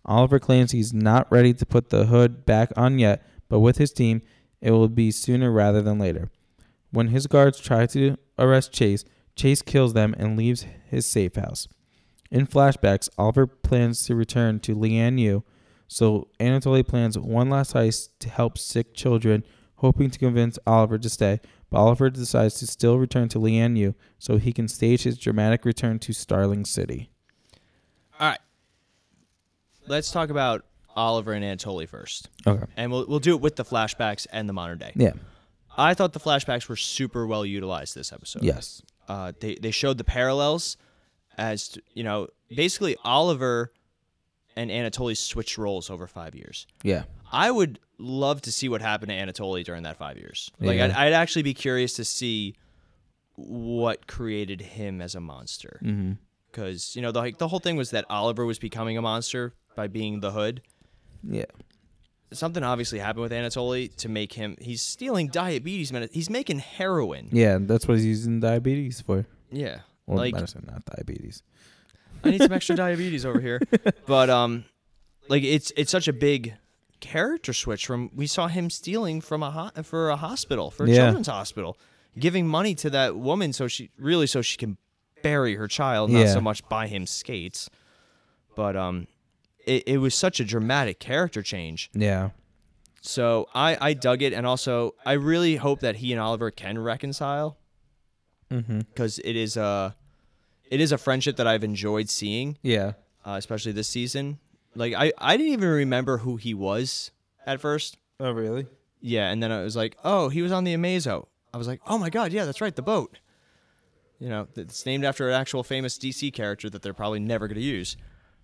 Oliver claims he's not ready to put the hood back on yet, but with his team, it will be sooner rather than later. When his guards try to arrest Chase, Chase kills them and leaves his safe house. In flashbacks, Oliver plans to return to Lian Yu, so Anatoly plans one last heist to help sick children, hoping to convince Oliver to stay, but Oliver decides to still return to Lian Yu so he can stage his dramatic return to Starling City. All right. Let's talk about Oliver and Anatoly first, Okay. and we'll we'll do it with the flashbacks and the modern day. Yeah. I thought the flashbacks were super well utilized this episode. Yes. uh, they they showed the parallels as to, you know basically Oliver and Anatoly switched roles over five years. Yeah. I would love to see what happened to Anatoly during that five years. Like Yeah. I'd, I'd actually be curious to see what created him as a monster. Mm-hmm. Because you know the like, the whole thing was that Oliver was becoming a monster by being the Hood. Yeah. Something obviously happened with Anatoly to make him. He's stealing diabetes medicine. He's making heroin. Yeah. That's what he's using diabetes for. Yeah, Well, like medicine, not diabetes. I need some extra diabetes over here. But um, like it's it's such a big character switch from we saw him stealing from a ho- for a hospital for a Yeah. children's hospital, giving money to that woman so she really so she can bury her child, not Yeah. so much buy him skates. But um, it, it was such a dramatic character change. Yeah. So I I dug it, and also I really hope that he and Oliver can reconcile Mm-hmm. because it is a it is a friendship that I've enjoyed seeing Yeah. uh, especially this season. Like I, I didn't even remember who he was at first. Oh, really? Yeah, and then I was like, oh, he was on the Amazo. I was like, oh my god, yeah, that's right, the boat. You know, th- it's named after an actual famous DC character that they're probably never going to use.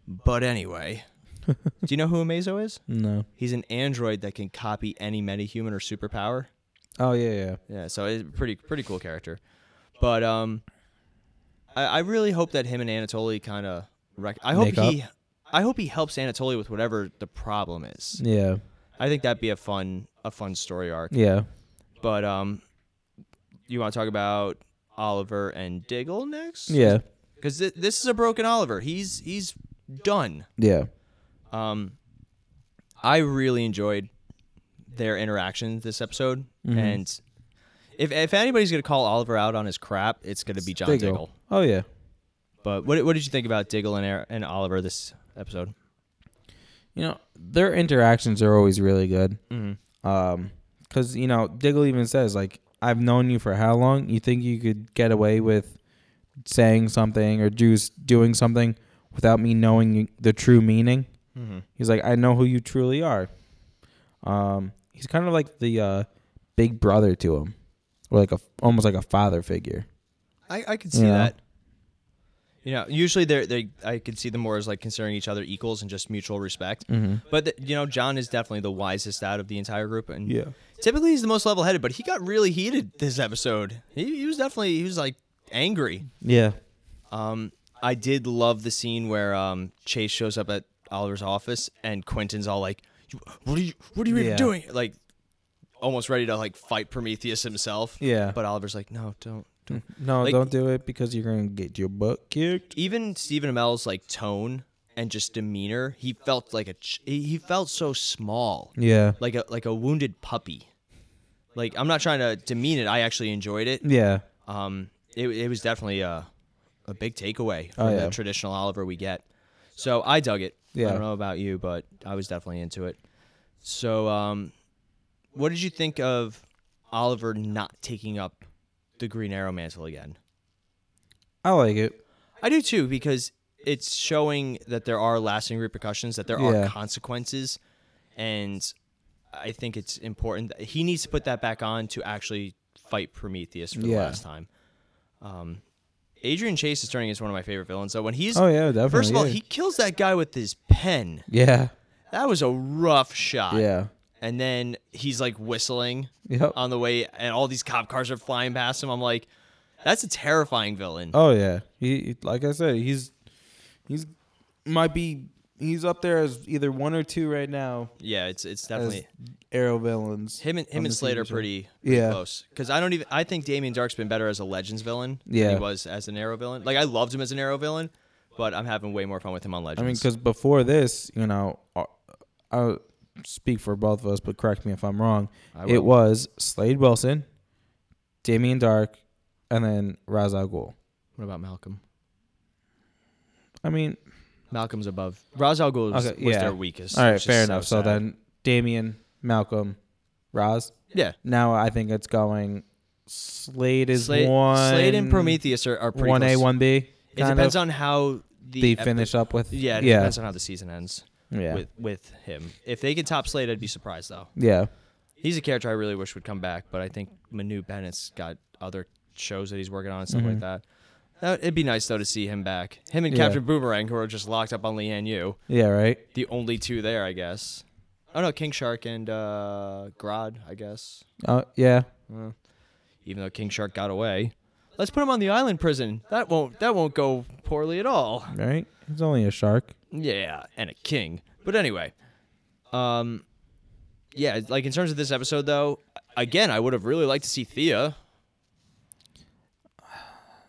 But anyway, do you know who Amazo is? No. He's an android that can copy any metahuman or superpower. Oh, yeah, yeah. Yeah, so it's a pretty pretty cool character. But um, I, I really hope that him and Anatoly kind of. Rec- I hope Make he, I hope he helps Anatoly with whatever the problem is. Yeah. I think that'd be a fun a fun story arc. Yeah. But um, you want to talk about Oliver and Diggle next? Yeah. because th- this is a broken Oliver. He's he's done. Yeah. Um, I really enjoyed their interaction this episode, Mm-hmm. and if if anybody's gonna call Oliver out on his crap, it's gonna be John Diggle. Oh, yeah. But what what did you think about Diggle and Ar- and Oliver this episode? You know, their interactions are always really good. Mm-hmm. because you know, Diggle even says like, "I've known you for how long? You think you could get away with saying something or just doing something without me knowing the true meaning?" He's like, "I know who you truly are." Um, he's kind of like the uh, big brother to him, or like a almost like a father figure. I I could see Yeah. that. You know, usually they they I could see them more as like considering each other equals and just mutual respect. Mm-hmm. But th- you know, John is definitely the wisest out of the entire group, and Yeah. typically he's the most level headed. But he got really heated this episode. He he was definitely he was like angry. Yeah. Um, I did love the scene where um, Chase shows up at Oliver's office and Quentin's all like, "You- "What are you? What are you even Yeah. doing?" Like, almost ready to like fight Prometheus himself. Yeah. But Oliver's like, "No, don't." don't. No, Like- don't do it because you're gonna get your butt kicked. Even Stephen Amell's like tone and just demeanor, he felt like a ch- he he felt so small, Yeah. like a like a wounded puppy. Like I'm not trying to demean it. I actually enjoyed it. Yeah. um, it, it was definitely a, a big takeaway from Oh, yeah. the traditional Oliver we get. So I dug it. I Yeah. don't know about you, but I was definitely into it. So, um, what did you think of Oliver not taking up the Green Arrow mantle again? I like it. I do too, because it's showing that there are lasting repercussions, that there are Yeah. consequences, and I think it's important. That he needs to put that back on to actually fight Prometheus for the Yeah. last time. Um, Adrian Chase is turning into one of my favorite villains. So when he's Oh yeah, definitely. first of all, yeah. he kills that guy with his pen. yeah, That was a rough shot. yeah, And then he's like whistling yep. on the way, and all these cop cars are flying past him. I'm like, that's a terrifying villain. oh yeah, he like I said, he's he's might be he's up there as either one or two right now Yeah, it's it's as definitely arrow villains. Him and on him the and Slade are TV show. pretty, pretty Yeah. close. Because I don't even I think Damien Dark's been better as a Legends villain than Yeah. he was as an Arrow villain. Like I loved him as an Arrow villain, but I'm having way more fun with him on I Legends. mean, because before this, you know, uh, I- I'll speak for both of us, but correct me if I'm wrong. I It will. was Slade Wilson, Damien Dark, and then Raz Al Ghul. what about Malcolm? I mean, Malcolm's above. Ra's al Ghul was, Okay, was yeah. their weakest. all right, which is fair so enough. So sad. then Damien, Malcolm, Raz. yeah, Now I think it's going. Slade is Slade, one. Slade and Prometheus are, are pretty One A, close. one B. It depends on how the they epi- finish up with. Yeah, it yeah, depends on how the season ends yeah, with with him. If they could top Slade, I'd be surprised though. yeah. He's a character I really wish would come back, but I think Manu Bennett's got other shows that he's working on and stuff like that. That- It'd be nice though to see him back. Him and Yeah. Captain Boomerang, who are just locked up on Leanne Yu, Yeah, right. the only two there, I guess. Oh no, King Shark and uh, Grodd, I guess. Oh, yeah. Even though King Shark got away, let's put him on the island prison. That won't that won't go poorly at all. Right. He's only a shark. Yeah, and a king. But anyway, um, yeah, like in terms of this episode though, again, I would have really liked to see Thea.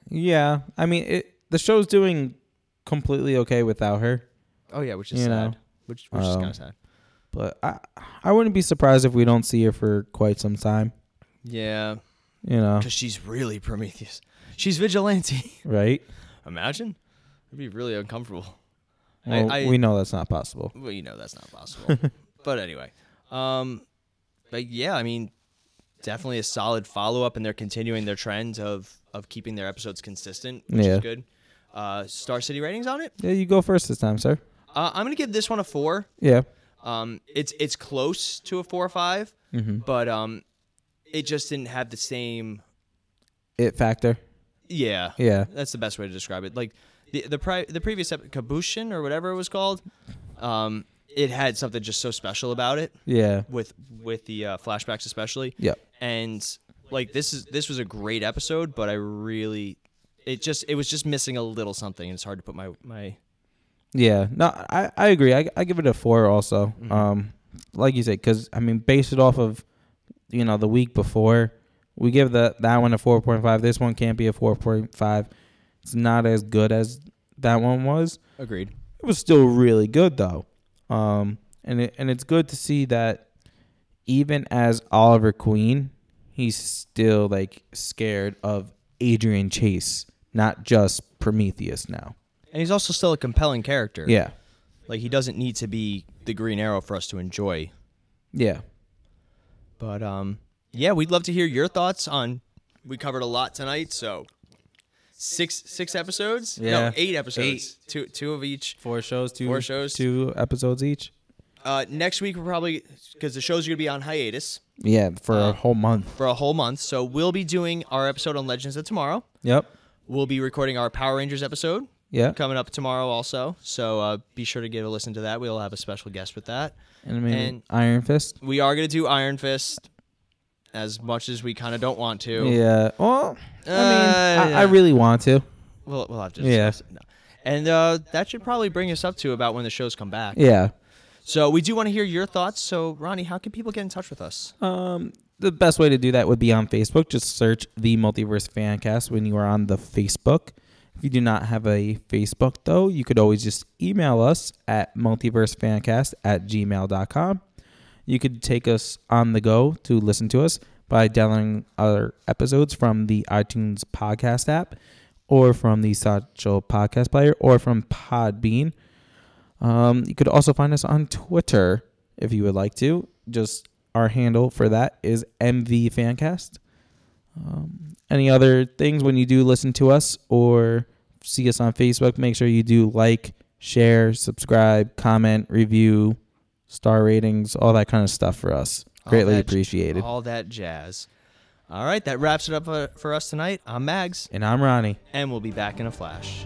Yeah, I mean, it, the show's doing completely okay without her, Oh yeah, which is You sad. know. Which which is Um, kind of sad. but I I wouldn't be surprised if we don't see her for quite some time. Yeah, You know, because she's really Prometheus. She's vigilante. right? Imagine, it'd be really uncomfortable. I- Well, I- Mm. we know that's not possible. Well, you know that's not possible. but anyway, um, but yeah, I mean, definitely a solid follow up, and they're continuing their trend of of keeping their episodes consistent, which Yeah. is good. Uh, Star City ratings on it. Yeah, you go first this time, sir. Uh, I'm gonna give this one a four. Yeah, Um, it's it's close to a four or 5 Mm-hmm. but um, it just didn't have the same. it factor. Yeah, Yeah, that's the best way to describe it. Like the the pri- the previous ep- Kabushin or whatever it was called, um, it had something just so special about it yeah, with with the uh, flashbacks especially. Yep. And like this is this was a great episode, but I really it just it was just missing a little something, and it's hard to put my my yeah. No, I I agree. I I give it a four also. Um, like you said, because I mean, base it off of, you know, the week before. We give the that one a four point five. This one can't be a four point five. It's not as good as that one was. agreed. it was still really good though. Um, and it, and it's good to see that even as Oliver Queen, he's still like scared of Adrian Chase, not just Prometheus now. And he's also still a compelling character. Yeah, Like he doesn't need to be the Green Arrow for us to enjoy. yeah, But um, yeah, we'd love to hear your thoughts on. We covered a lot tonight, so six six episodes. Yeah. No, eight episodes. Two two of each. four shows, two Four shows. two episodes each. Uh, next week we're probably because the shows are gonna be on hiatus Yeah, for Oh. a whole month. for a whole month, so we'll be doing our episode on Legends of Tomorrow. Yep. We'll be recording our Power Rangers episode Yeah, coming up tomorrow also, so uh, be sure to give a listen to that. We'll have a special guest with that. and I mean and- Iron Fist. We are gonna do Iron Fist as much as we kind of don't want to. Yeah. Well, I mean, I, Uh, yeah. I really want to. We'll, we'll have to Yeah. discuss it. No. And uh, that should probably bring us up to about when the shows come back. Yeah. So we do want to hear your thoughts. So Ronnie, how can people get in touch with us? Um, the best way to do that would be on Facebook. Just search the Multiverse Fancast when you are on the Facebook. If you do not have a Facebook, though, you could always just email us at multiversefancast at gmail.com. You could take us on the go to listen to us by downloading our episodes from the iTunes podcast app or from the Satchel podcast player or from Podbean. Um, you could also find us on Twitter if you would like to. Just our handle for that is MVFancast. Um, any other things when you do listen to us or see us on Facebook, make sure you do like, share, subscribe, comment, review, star ratings, all that kind of stuff for us. All Greatly that- appreciated. All that jazz. All right, that wraps it up uh, for us tonight. I'm Mags, And I'm Ronnie. and we'll be back in a flash.